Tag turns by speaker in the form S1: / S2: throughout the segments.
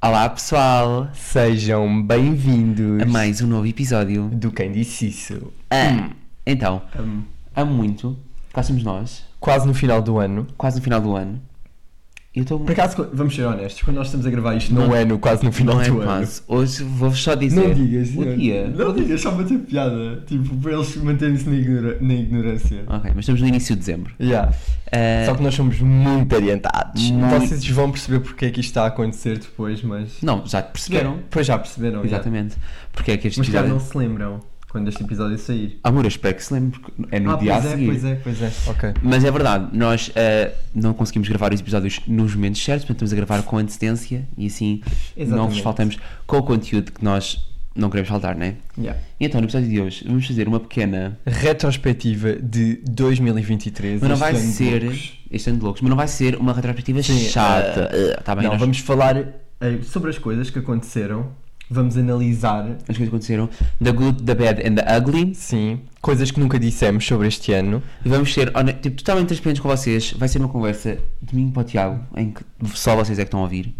S1: Olá pessoal,
S2: Sejam bem-vindos
S1: a mais um novo episódio.
S2: do Quem Disse Isso.
S1: Ah, então,
S2: Hum.
S1: amo muito, cá somos nós,
S2: Quase no final do ano.
S1: quase no final do ano. Eu estou
S2: Por acaso, co- vamos ser honestos, quando nós estamos a gravar isto, não, é no quase no final
S1: Não é
S2: do ano.
S1: quase. Hoje vou-vos só dizer.
S2: Não digas,
S1: O
S2: não-
S1: dia.
S2: Não digas, só para ter piada. Tipo, para eles manterem-se na, ignora- na ignorância. É.
S1: Ok, mas estamos no início de dezembro.
S2: Yeah.
S1: Ah,
S2: Só que nós somos muito adiantados.
S1: Muito.
S2: Vocês vão perceber porque é que isto está a acontecer depois, mas.
S1: Não, já te perceberam.
S2: Pois já perceberam. yeah.
S1: Exatamente. Porque é que este
S2: Mas já
S1: episódio.
S2: não se lembram quando este episódio sair.
S1: Amor, eu espero que se lembre, porque é no
S2: ah,
S1: dia
S2: pois
S1: a
S2: é,
S1: seguir.
S2: pois é, pois é. Ok.
S1: Mas é verdade, nós ah, não conseguimos gravar os episódios nos momentos certos, portanto estamos a gravar com antecedência e assim não vos
S2: Exatamente.
S1: faltamos com o conteúdo que nós não queremos faltar, não é?
S2: Yeah.
S1: E então, no episódio de hoje, vamos fazer uma pequena.
S2: Retrospectiva de 2023.
S1: Mas não
S2: este
S1: vai
S2: ano de
S1: ser.
S2: é loucos.
S1: Este ano de loucos, mas não vai ser uma retrospectiva
S2: Sim, eh,
S1: chata. Está Ah, bem,
S2: não,
S1: nós-
S2: vamos falar eh, sobre as coisas que aconteceram. Vamos analisar.
S1: as coisas aconteceram. The good, the bad and the ugly.
S2: Sim, coisas que nunca dissemos sobre este ano.
S1: E vamos ser hone- tipo, totalmente transparentes com vocês. Vai ser uma conversa de mim para o Tiago, em que só vocês é que estão a ouvir.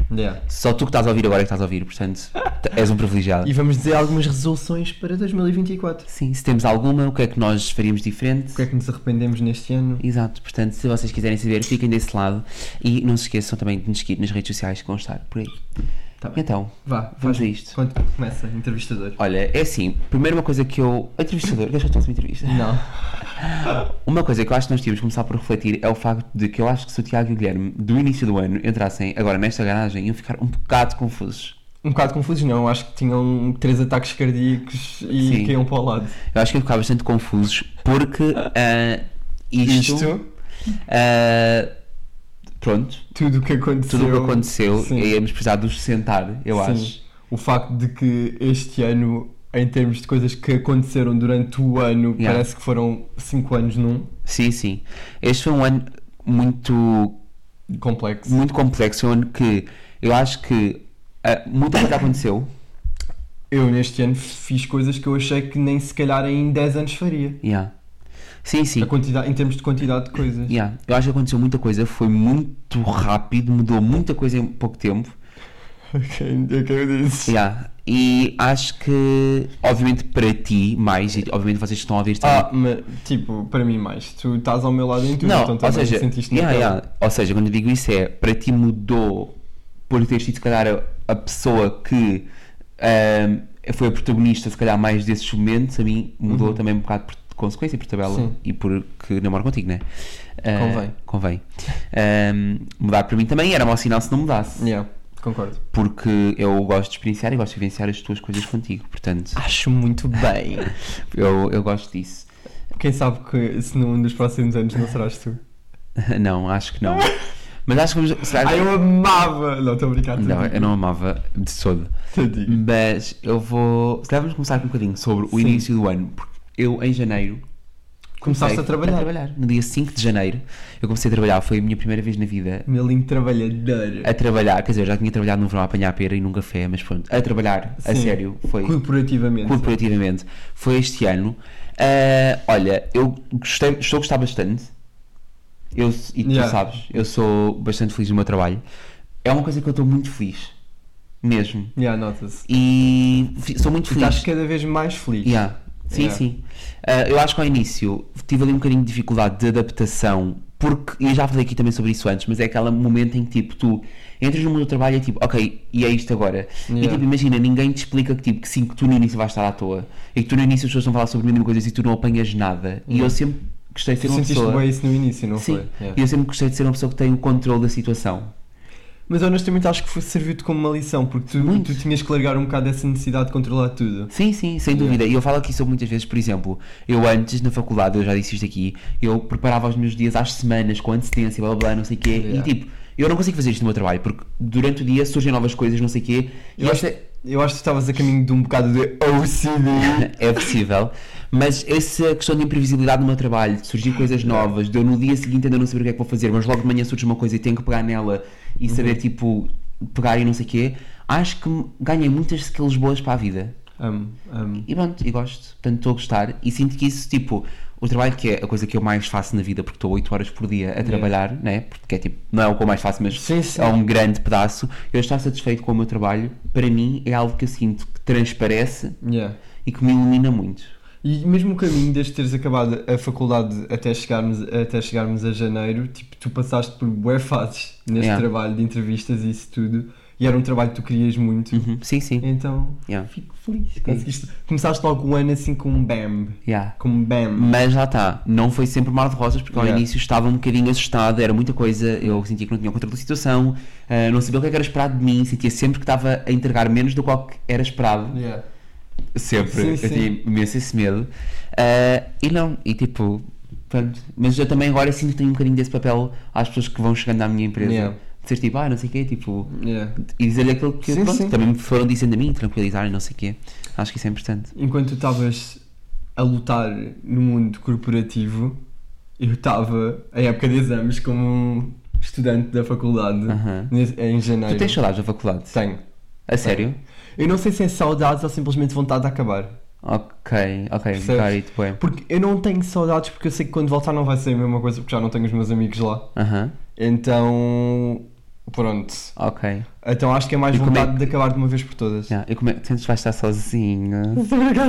S1: Só tu que estás a ouvir agora é que estás a ouvir, portanto, t- és um privilegiado.
S2: E vamos dizer algumas resoluções para 2024.
S1: Sim, se temos alguma, o que é que nós faríamos diferente?
S2: O que é que nos arrependemos neste ano?
S1: Exato, portanto, se vocês quiserem saber, fiquem desse lado e não se esqueçam também de nos seguir nas redes sociais que vão estar por aí.
S2: Tá bem.
S1: Então,
S2: Vá,
S1: vamos
S2: faz
S1: a isto.
S2: Quando começa, entrevistador.
S1: Olha, é assim, primeiro uma coisa que eu. Entrevistador, deixa eu fazer uma entrevista.
S2: Não.
S1: Uma coisa que eu acho que nós tínhamos de começar por refletir é o facto de que eu acho que se o Tiago e o Guilherme do início do ano entrassem agora nesta garagem iam ficar um bocado confusos.
S2: Um bocado confusos, não. Acho que tinham três ataques cardíacos e
S1: Sim.
S2: caíam para o lado.
S1: Eu acho que iam ficar bastante confusos porque ah, isto. ah, pronto,
S2: tudo o que aconteceu.
S1: tudo o que aconteceu,
S2: Sim.
S1: íamos precisar de os sentar, eu
S2: Sim.
S1: acho.
S2: O facto de que este ano, em termos de coisas que aconteceram durante o ano,
S1: Yeah.
S2: parece que foram 5 anos num
S1: Sim, sim. Este foi um ano muito
S2: complexo.
S1: muito complexo, um ano que eu acho que ah, muita coisa aconteceu.
S2: Eu neste ano fiz coisas que eu achei que nem se calhar em 10 anos faria.
S1: Yeah. Sim, sim.
S2: A quantidade, em termos de quantidade de coisas.
S1: Yeah. Eu acho que aconteceu muita coisa, foi muito rápido, mudou muita coisa em pouco tempo.
S2: Ok, ok, eu disse.
S1: Yeah. E acho que, obviamente, para ti, mais, e obviamente vocês que estão a ouvir também.
S2: Ah, mas tipo, para mim mais, tu estás ao meu lado em tudo,
S1: não,
S2: então
S1: ou
S2: também
S1: seja,
S2: sentiste
S1: yeah,
S2: na pele.
S1: yeah. ou seja, quando eu digo isso é para ti mudou por teres sido, se calhar, a, a pessoa que ahm, foi a protagonista, se calhar, mais desses momentos. A mim mudou também um bocado por de consequência, por tabela
S2: Uhum. Sim.
S1: e por que namoro contigo, né? Ah,
S2: Convém.
S1: Convém. Ahm, mudar para mim também era mau sinal se não mudasse,
S2: Yeah, concordo.
S1: porque eu gosto de experienciar e gosto de vivenciar as tuas coisas contigo, portanto,
S2: Acho muito bem.
S1: eu, eu gosto disso.
S2: Quem sabe que se num dos próximos anos não serás tu.
S1: não, acho que não. Mas acho que vamos. será que-
S2: Ah, eu amava! Não, estou a brincar.
S1: Não,
S2: tadinho.
S1: eu não amava de todo.
S2: Tadinho.
S1: Mas eu vou. Se calhar vamos começar com um bocadinho sobre o
S2: Sim.
S1: início do ano. Porque eu, em janeiro.
S2: Começaste
S1: comecei
S2: a trabalhar.
S1: No dia 5 de janeiro, eu comecei a trabalhar. Foi a minha primeira vez na vida
S2: Meu lindo trabalhador.
S1: a trabalhar. Quer dizer, eu já tinha trabalhado no verão a apanhar pera e num café, mas pronto, a trabalhar a
S2: Sim.
S1: sério. Foi
S2: Corporativamente.
S1: corporativamente. Foi este ano. Ah, olha, eu gostei, estou a gostar bastante. Eu, e tu
S2: Yeah.
S1: sabes, eu sou bastante feliz no meu trabalho. É uma coisa que eu estou muito feliz. Mesmo
S2: Yeah, nota-se.
S1: e fi- sou muito
S2: Tu
S1: feliz.
S2: estás cada vez mais feliz.
S1: Yeah. Sim,
S2: Yeah.
S1: sim. Ah, eu acho que ao início tive ali um bocadinho de dificuldade de adaptação, porque, e eu já falei aqui também sobre isso antes, mas é aquele momento em que tipo, tu entras no mundo do trabalho e é tipo, ok, e é isto agora. E
S2: Yeah.
S1: tipo, imagina, ninguém te explica que tipo, que sim, que tu no início vais estar à toa, e que tu no início as pessoas vão falar sobre mil e uma coisas e tu não apanhas nada. E eu sempre gostei de ser
S2: Tu
S1: uma
S2: sentiste
S1: pessoa.
S2: bem isso no início, não
S1: Sim,
S2: foi?
S1: e
S2: Yeah.
S1: eu sempre gostei de ser uma pessoa que tem o controle da situação.
S2: Mas honestamente acho que foi- serviu-te como uma lição, porque tu,
S1: Muito.
S2: tu tinhas que largar um bocado essa necessidade de controlar tudo.
S1: Sim, sim, sem dúvida. E eu falo aqui sobre muitas vezes, por exemplo, eu antes na faculdade, eu já disse isto aqui, eu preparava os meus dias às semanas com antecedência, blá blá, blá não sei o quê, e
S2: Yeah.
S1: tipo, eu não consigo fazer isto no meu trabalho, porque durante o dia surgem novas coisas, não sei o quê, e
S2: Eu acho,
S1: esta
S2: eu acho que tu estavas a caminho de um bocado de OCD.
S1: é possível. Mas essa questão de imprevisibilidade no meu trabalho, de surgir coisas novas, de eu no dia seguinte ainda não saber o que é que vou fazer, mas logo de manhã surge uma coisa e tenho que pegar nela e saber, tipo, pegar e não sei o quê, acho que ganhei muitas skills boas para a vida.
S2: Amo, amo.
S1: E pronto, e gosto. Portanto, estou a gostar. E sinto que isso, tipo, o trabalho que é a coisa que eu mais faço na vida, porque estou 8 horas por dia a trabalhar, né? Porque é tipo, não é o que eu mais faço, mas
S2: Sim, sim.
S1: é um grande pedaço. Eu estar satisfeito com o meu trabalho, para mim, é algo que eu sinto que transparece
S2: Yeah.
S1: e que me ilumina muito.
S2: E mesmo o caminho desde teres acabado a faculdade até chegarmos, até chegarmos a janeiro, tipo, tu passaste por bué fases neste
S1: Yeah.
S2: trabalho de entrevistas e isso tudo, e era um trabalho que tu querias muito,
S1: Uhum, Sim, sim.
S2: então
S1: Yeah.
S2: fico feliz. Conseguiste. Começaste logo o ano assim com um BAM.
S1: Yeah.
S2: Com um BAM.
S1: Mas lá está, não foi sempre mar de rosas, porque ao
S2: Yeah.
S1: início estava um bocadinho assustado, era muita coisa, eu sentia que não tinha controle da situação, ah, não sabia o que é que era esperado de mim, sentia sempre que estava a entregar menos do qual que era esperado.
S2: Yeah.
S1: Sempre,
S2: Sim,
S1: eu
S2: sim.
S1: tinha imenso esse medo. Ah, e não, e tipo, pronto. Mas eu também agora sinto que tenho um bocadinho desse papel às pessoas que vão chegando à minha empresa.
S2: Yeah.
S1: De ser tipo, ah, não sei o quê, tipo.
S2: Yeah.
S1: E dizer-lhe aquilo que
S2: Sim,
S1: pronto,
S2: sim.
S1: também me foram dizendo a mim, tranquilizar e não sei o quê. Acho que isso é importante.
S2: Enquanto tu estavas a lutar no mundo corporativo, eu estava, em época de exames, como um estudante da faculdade,
S1: Aham.
S2: nesse- em janeiro.
S1: Tu tens saudades da faculdade?
S2: Tenho.
S1: A sério?
S2: Eu não sei se é saudades ou simplesmente vontade de acabar.
S1: Ok, um ok,
S2: Percebes?
S1: carito, bué.
S2: Porque eu não tenho saudades porque eu sei que quando voltar não vai ser a mesma coisa porque já não tenho os meus amigos lá.
S1: Aham,
S2: Então. Pronto.
S1: ok.
S2: Então acho que é mais
S1: E como é
S2: vontade de acabar de uma vez por todas.
S1: Yeah. E como é que sentes que vais estar sozinho?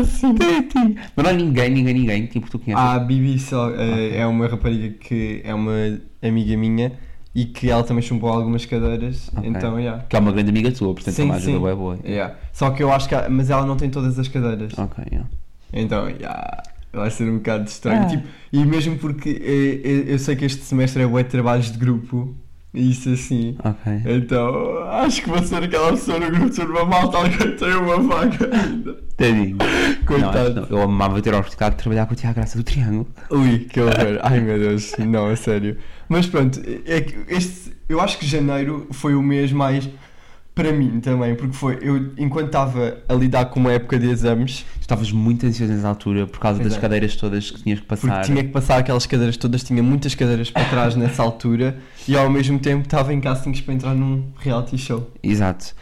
S2: assim.
S1: Tati. Mas não há ninguém, ninguém, ninguém, tipo, que tu conheces.
S2: Ah, A Bibi
S1: Ah,
S2: só, eh, é uma rapariga que é uma amiga minha e que ela também chumbou algumas cadeiras.
S1: Ok.
S2: Então, yeah.
S1: Que é uma grande amiga tua, portanto é
S2: Sim,
S1: uma ajuda
S2: sim.
S1: bué boa.
S2: yeah. Só que eu acho que. há- Mas ela não tem todas as cadeiras.
S1: Ok, yeah.
S2: Então, yeah, vai ser um bocado estranho.
S1: Ah.
S2: Tipo, e mesmo porque eh, eh, eu, sei que este semestre é bué de trabalhos de grupo, e isso assim.
S1: Ok.
S2: Então, acho que vou ser aquela pessoa no grupo sobre uma malta, alguém tem uma vaga ainda.
S1: Tadinho.
S2: Coitado.
S1: Não, acho é que não. eu amava ter a oportunidade de trabalhar com o Tiago Graça do Triângulo.
S2: Ui, que horror. Ai meu Deus, não, a sério. Mas pronto, é que este, eu acho que janeiro foi o mês mais para mim também, porque foi eu, enquanto estava a lidar com uma época de exames,
S1: Tu Estavas muito ansioso nessa altura por causa das
S2: Exato.
S1: cadeiras todas que tinhas que
S2: porque
S1: passar.
S2: tinha que passar aquelas cadeiras todas, tinha muitas cadeiras para trás nessa altura, e ao mesmo tempo estava em castings para entrar num reality show.
S1: Exato.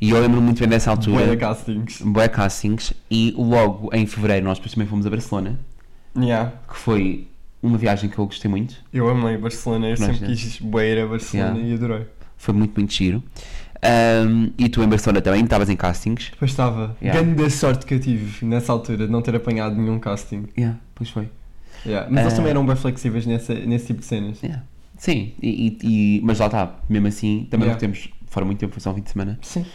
S1: E eu lembro muito bem dessa
S2: Boa
S1: altura.
S2: castings.
S1: Boé castings. E logo em fevereiro nós depois também fomos a Barcelona,
S2: Yeah,
S1: que foi uma viagem que eu gostei muito.
S2: eu amei Barcelona, eu
S1: Nós
S2: sempre
S1: temos.
S2: quis bué ir a Barcelona
S1: Yeah.
S2: e adorei.
S1: Foi muito, muito giro. Ahm, e tu em Barcelona também estavas em castings.
S2: Depois estava,
S1: Yeah.
S2: grande sorte que eu tive nessa altura de não ter apanhado nenhum casting.
S1: Yeah, pois foi.
S2: Yeah, mas eles
S1: Ah.
S2: também eram bem flexíveis nessa, nesse tipo de cenas.
S1: Yeah. Sim, e, e- e- mas lá está, mesmo assim, também
S2: Yeah.
S1: não temos fora muito tempo, foi só um fim de semana.
S2: Sim.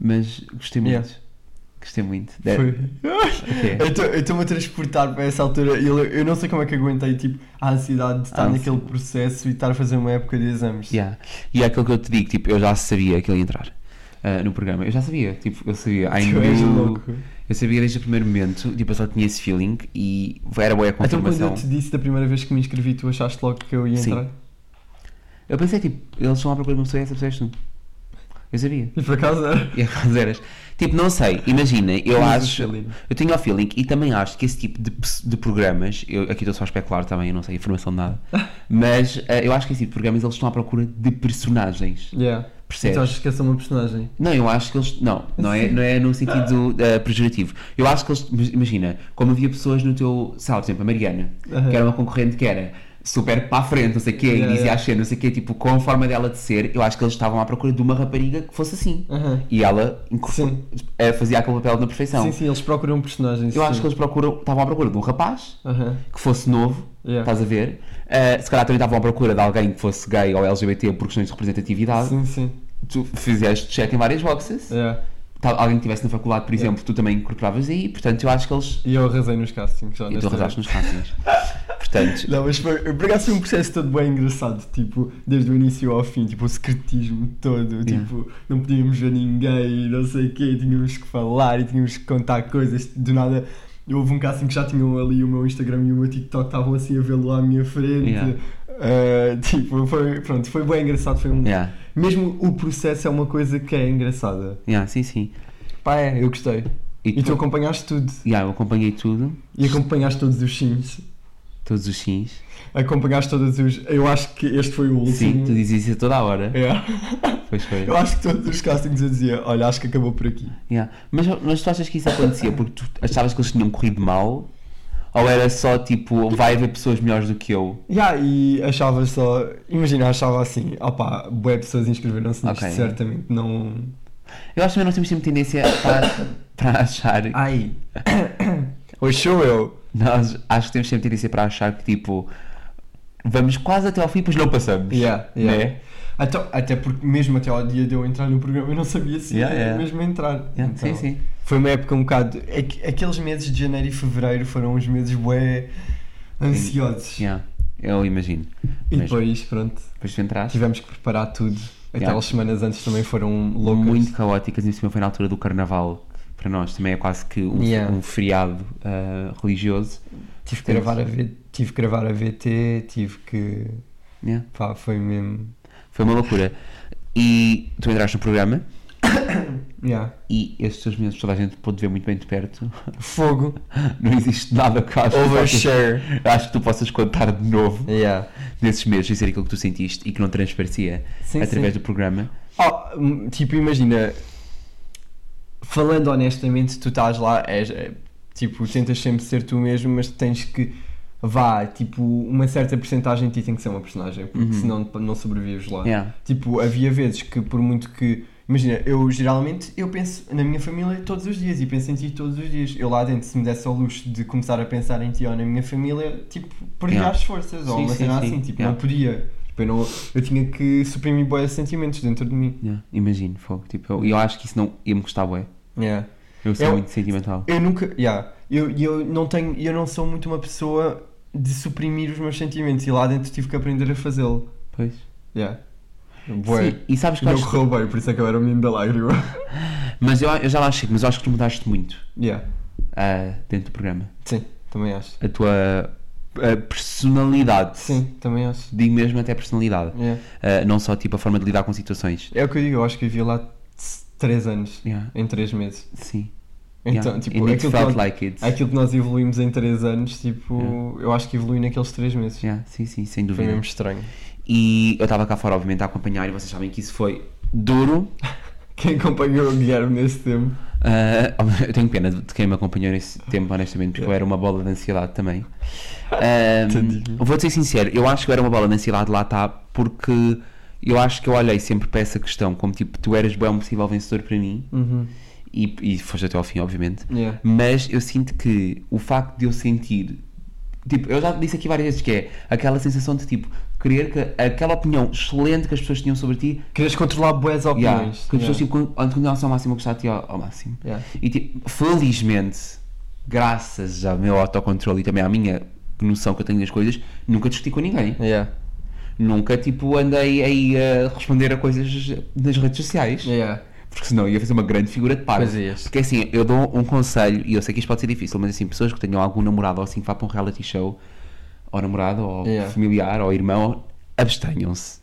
S1: Mas gostei muito.
S2: Yeah.
S1: Gostei muito. De-
S2: Foi.
S1: Ok.
S2: É. Eu estou-me a transportar para essa altura. e Eu, eu não sei como é que aguentei tipo, a ansiedade de estar
S1: Ah,
S2: naquele
S1: sim.
S2: processo e estar a fazer uma época de exames.
S1: Yeah. E é aquilo que eu te digo, tipo, eu já sabia que ele ia entrar ah, no programa. Eu já sabia, tipo, eu sabia. I
S2: Tu és
S1: knew,
S2: louco.
S1: eu sabia desde o primeiro momento, tipo, eu só tinha esse feeling e era boa a
S2: Então quando
S1: confirmação.
S2: eu te disse da primeira vez que me inscrevi, tu achaste logo que eu ia
S1: Sim.
S2: entrar?
S1: Eu pensei, tipo, eles estão à procura de uma pessoa e essa pessoa és tu. Eu sabia.
S2: E por acaso é. era?
S1: E acaso eras. Tipo, não sei, imaginem, eu
S2: Tinhas o
S1: acho.
S2: feeling.
S1: Eu tenho o feeling e também acho que esse tipo de, pes- de programas, eu, aqui estou só a especular também, eu não sei informação de nada, mas eh, eu acho que esse tipo de programas eles estão à procura de personagens,
S2: Yeah.
S1: percebes?
S2: Tu achas que é só uma personagem?
S1: Não, eu acho que eles. Não, não é, não é no sentido eh, pejorativo. Eu acho que eles. mas Imagina, como havia pessoas no teu. Sabe, por exemplo, a Mariana,
S2: Aham.
S1: que era uma concorrente que era super para a frente, não sei o quê,
S2: Yeah,
S1: e dizia
S2: yeah.
S1: as cenas, não sei o quê, tipo, com a forma dela de ser, eu acho que eles estavam à procura de uma rapariga que fosse assim.
S2: Aham.
S1: E ela incorpor-
S2: Sim.
S1: eh, fazia aquele papel na perfeição.
S2: Sim, sim, eles procuram personagens.
S1: Eu acho
S2: sim.
S1: que eles procuram, estavam à procura de um rapaz
S2: Aham.
S1: que fosse novo,
S2: Yeah.
S1: estás a ver? Eh, se calhar também estavam à procura de alguém que fosse gay ou LGBT por questões de representatividade.
S2: Sim, sim.
S1: Tu fizeste check em várias boxes.
S2: Yeah.
S1: Tal- alguém que estivesse na faculdade, por exemplo, tu também incorporavas aí. Portanto, eu acho que eles.
S2: E eu arrasei nos castings. já,
S1: E tu
S2: nesta vez.
S1: arrasaste nos castings. portanto,
S2: Não, mas foi, por acaso foi um processo todo bem engraçado, tipo, desde o início ao fim, tipo, o secretismo todo, tipo, não podíamos ver ninguém, não sei o quê, tínhamos que falar e tínhamos que contar coisas, do nada, houve um casting que já tinham ali o meu Instagram e o meu TikTok, estavam assim a vê-lo à minha frente,
S1: Yeah.
S2: Ah, tipo, foi, pronto, foi bem engraçado, foi um...
S1: yeah,
S2: Mesmo o processo é uma coisa que é engraçada.
S1: yeah, sim, sim.
S2: Pá, é, eu gostei. E tu
S1: tu-
S2: acompanhaste tudo,
S1: yeah, eu acompanhei tudo,
S2: e acompanhaste todos os sims.
S1: todos os sims.
S2: Acompanhaste todos os. Eu acho que este foi o último.
S1: Sim, tu dizes isso a toda a hora.
S2: É.
S1: Pois foi.
S2: Eu acho que todos os castings eu dizia, olha, acho que acabou por aqui.
S1: Yeah. Mas, mas tu achas que isso acontecia porque tu achavas que eles tinham corrido mal? Ou era só tipo, vai haver pessoas melhores do que eu?
S2: Yeah, e achava só, imagina, achava assim, opá, boé pessoas inscreveram-se nisto,
S1: Ok.
S2: certamente não.
S1: Eu acho que também nós temos sempre tendência para, para achar.
S2: Ai! Hoje sou eu!
S1: Nós acho que temos sempre tendência para achar que tipo, vamos quase até ao fim, pois não passamos.
S2: Yeah, yeah.
S1: Né?
S2: Até, até porque mesmo até ao dia de eu entrar no programa eu não sabia se
S1: Yeah,
S2: ia
S1: yeah.
S2: mesmo entrar.
S1: Yeah,
S2: Então,
S1: sim, sim.
S2: Foi uma época um bocado. aqu- Aqueles meses de janeiro e fevereiro foram uns meses bué ansiosos.
S1: Yeah, eu imagino.
S2: E
S1: Mas
S2: depois, pronto,
S1: depois tu entraste.
S2: tivemos que preparar tudo.
S1: Yeah.
S2: Aquelas semanas antes também foram loucas.
S1: Muito caóticas, e em cima foi na altura do carnaval, que para nós também é quase que um,
S2: Yeah.
S1: um feriado ah, religioso.
S2: Tive que, gravar a V- tive que gravar a VT, tive que.
S1: Yeah.
S2: Pá, foi mesmo.
S1: Foi uma loucura. E tu entraste no programa
S2: Yeah.
S1: e estes teus meses toda a gente pôde ver muito bem de perto.
S2: Fogo.
S1: Não existe nada que eu acho, que possas-
S2: Overshare.
S1: acho que tu possas contar de novo
S2: Yeah.
S1: nesses meses e ser aquilo que tu sentiste e que não transparecia
S2: Sim,
S1: através
S2: sim.
S1: do programa.
S2: Oh, hum, tipo, imagina. Falando honestamente, tu estás lá, és, é, tipo, tentas sempre ser tu mesmo, mas tens que. Vá, tipo, uma certa porcentagem de ti tem que ser uma personagem, porque
S1: Uhum.
S2: senão não sobrevives lá.
S1: Yeah.
S2: Tipo, havia vezes que por muito que. Imagina, eu geralmente eu penso na minha família todos os dias e penso em ti todos os dias. Eu lá dentro, se me desse ao luxo de começar a pensar em ti ou na minha família, tipo, perdia
S1: Yeah.
S2: as forças, ou
S1: Sim,
S2: uma
S1: sim,
S2: cena
S1: sim.
S2: assim, tipo,
S1: Yeah.
S2: não podia. Tipo, eu, não, eu tinha que suprimir boas sentimentos dentro de mim.
S1: Yeah, Imagino, fogo. Tipo, eu, eu acho que isso não ia me gostar, bué.
S2: Yeah.
S1: Eu sou
S2: Eu-
S1: muito sentimental.
S2: Eu nunca. Yeah. Eu, eu não tenho. Eu não sou muito uma pessoa de suprimir os meus sentimentos e lá dentro tive que aprender a fazê-lo.
S1: Pois.
S2: Yeah. Bué.
S1: Sim, e sabes que eu
S2: Não
S1: acho...
S2: correu bem, por isso é que eu era o menino da lágrima.
S1: Mas eu, eu já lá chego, mas eu acho que tu mudaste muito
S2: yeah.
S1: ah, dentro do programa.
S2: Sim, também acho.
S1: A tua ah, personalidade.
S2: Sim, também acho.
S1: Digo mesmo até personalidade.
S2: Yeah.
S1: Ah, não só tipo a forma de lidar com situações.
S2: É o que eu digo, eu acho que vivi lá 3 anos, tipo,
S1: Yeah,
S2: em 3 meses.
S1: Sim.
S2: Então,
S1: yeah.
S2: tipo,
S1: And it
S2: aquilo que,
S1: felt
S2: nós,
S1: like it.
S2: aquilo que nós evoluímos em 3 anos, tipo,
S1: Yeah.
S2: eu acho que evolui naqueles 3 meses.
S1: Yeah, sim, sim, sem
S2: Foi
S1: dúvida.
S2: mesmo estranho.
S1: E eu estava cá fora, obviamente, a acompanhar, e vocês sabem que isso foi duro.
S2: Quem acompanhou o Guilherme nesse tempo?
S1: Ah, eu tenho pena de de quem me acompanhou nesse tempo, honestamente, porque eu era uma bola de ansiedade também.
S2: Tadinho.
S1: vou vou ser sincero, eu acho que eu era uma bola de ansiedade lá está, porque eu acho que eu olhei sempre para essa questão, como tipo, tu eras bem um possível vencedor para mim,
S2: Uhum.
S1: e, e foste até ao fim, obviamente.
S2: Yeah.
S1: Mas eu sinto que o facto de eu sentir. Tipo, eu já disse aqui várias vezes que é aquela sensação de tipo, querer que aquela opinião excelente que as pessoas tinham sobre ti,
S2: Querias controlar boas
S1: yeah,
S2: opiniões.
S1: que as pessoas
S2: Yeah.
S1: tipo, continuassem ao máximo a gostar de ti ao, ao máximo.
S2: Yeah.
S1: E tipo, felizmente, graças ao meu autocontrole e também à minha noção que eu tenho das coisas, nunca discuti com ninguém.
S2: Yeah.
S1: Nunca tipo andei aí a responder a coisas nas redes sociais.
S2: Yeah.
S1: Porque senão ia fazer uma grande figura de par.
S2: Pois é, ias.
S1: Porque assim, eu dou um conselho, e eu sei que isto pode ser difícil, mas assim, pessoas que tenham algum namorado ou assim que vá para um reality show, ou namorado, ou
S2: Yeah.
S1: familiar, ou irmão, abstenham-se.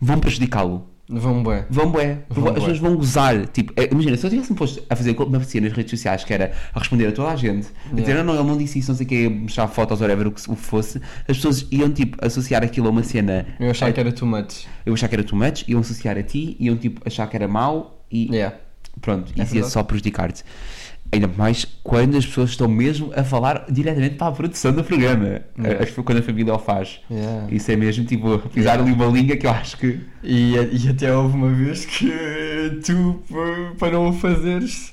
S1: Vão prejudicá-lo.
S2: Vão bué.
S1: Vão bué. As
S2: Vão bué.
S1: pessoas vão gozar. Tipo, eh, imagina, se eu tivesse-me posto a fazer como me acontecia nas redes sociais, que era a responder a toda a gente, a dizer,
S2: Yeah.
S1: não, não, ele não disse isso, não sei o quê, mostrar fotos, whatever, o que, se- o que fosse, as pessoas iam, tipo, associar aquilo a uma cena,
S2: Eu achava que era too much.
S1: eu achar que era too much, iam associar a ti, iam, tipo, achar que era mau, e
S2: Yeah.
S1: pronto,
S2: É
S1: isso ia
S2: verdade.
S1: só prejudicar-te. Ainda mais quando as pessoas estão mesmo a falar diretamente para a produção do programa,
S2: Yeah.
S1: Acho que quando a família o faz.
S2: Yeah.
S1: Isso é mesmo, tipo, pisar ali uma linha que eu acho que...
S2: E, e até houve uma vez que tu, pa- para não o fazeres,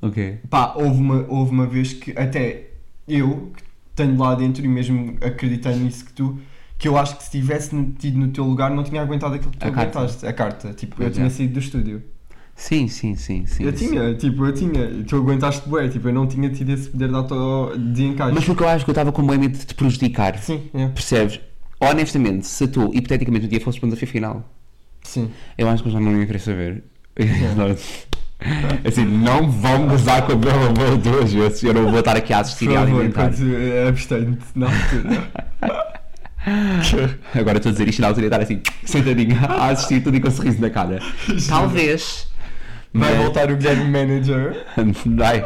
S1: Ok.
S2: Pá, houve uma, houve uma vez que até eu, que estando lá dentro e mesmo acreditando nisso que tu, que eu acho que se tivesse metido no teu lugar não tinha aguentado aquilo que tu
S1: A carta.
S2: aguentaste, a carta. Tipo, eu
S1: Pois
S2: tinha
S1: é.
S2: saído do estúdio.
S1: Sim, sim, sim, sim.
S2: eu
S1: sim.
S2: tinha, tipo, eu tinha. E tu aguentaste bué, tipo, eu não tinha tido esse poder de, auto, de encaixe.
S1: Mas porque eu acho que eu estava com o medo de te prejudicar.
S2: Sim, é.
S1: Percebes? Honestamente, se tu, hipoteticamente, um dia fosses para um desafio final,
S2: Sim.
S1: eu acho que eu já não ia querer saber. assim, não vão gozar com a minha mão duas vezes. Eu não vou estar aqui a assistir
S2: Por
S1: e a
S2: favor,
S1: alimentar.
S2: quando- abstente na altura.
S1: Agora estou a dizer isto na altura e estar assim, sentadinho, a assistir tudo e com um sorriso na cara. Talvez.
S2: Vai voltar o Guilherme Manager.
S1: Vai.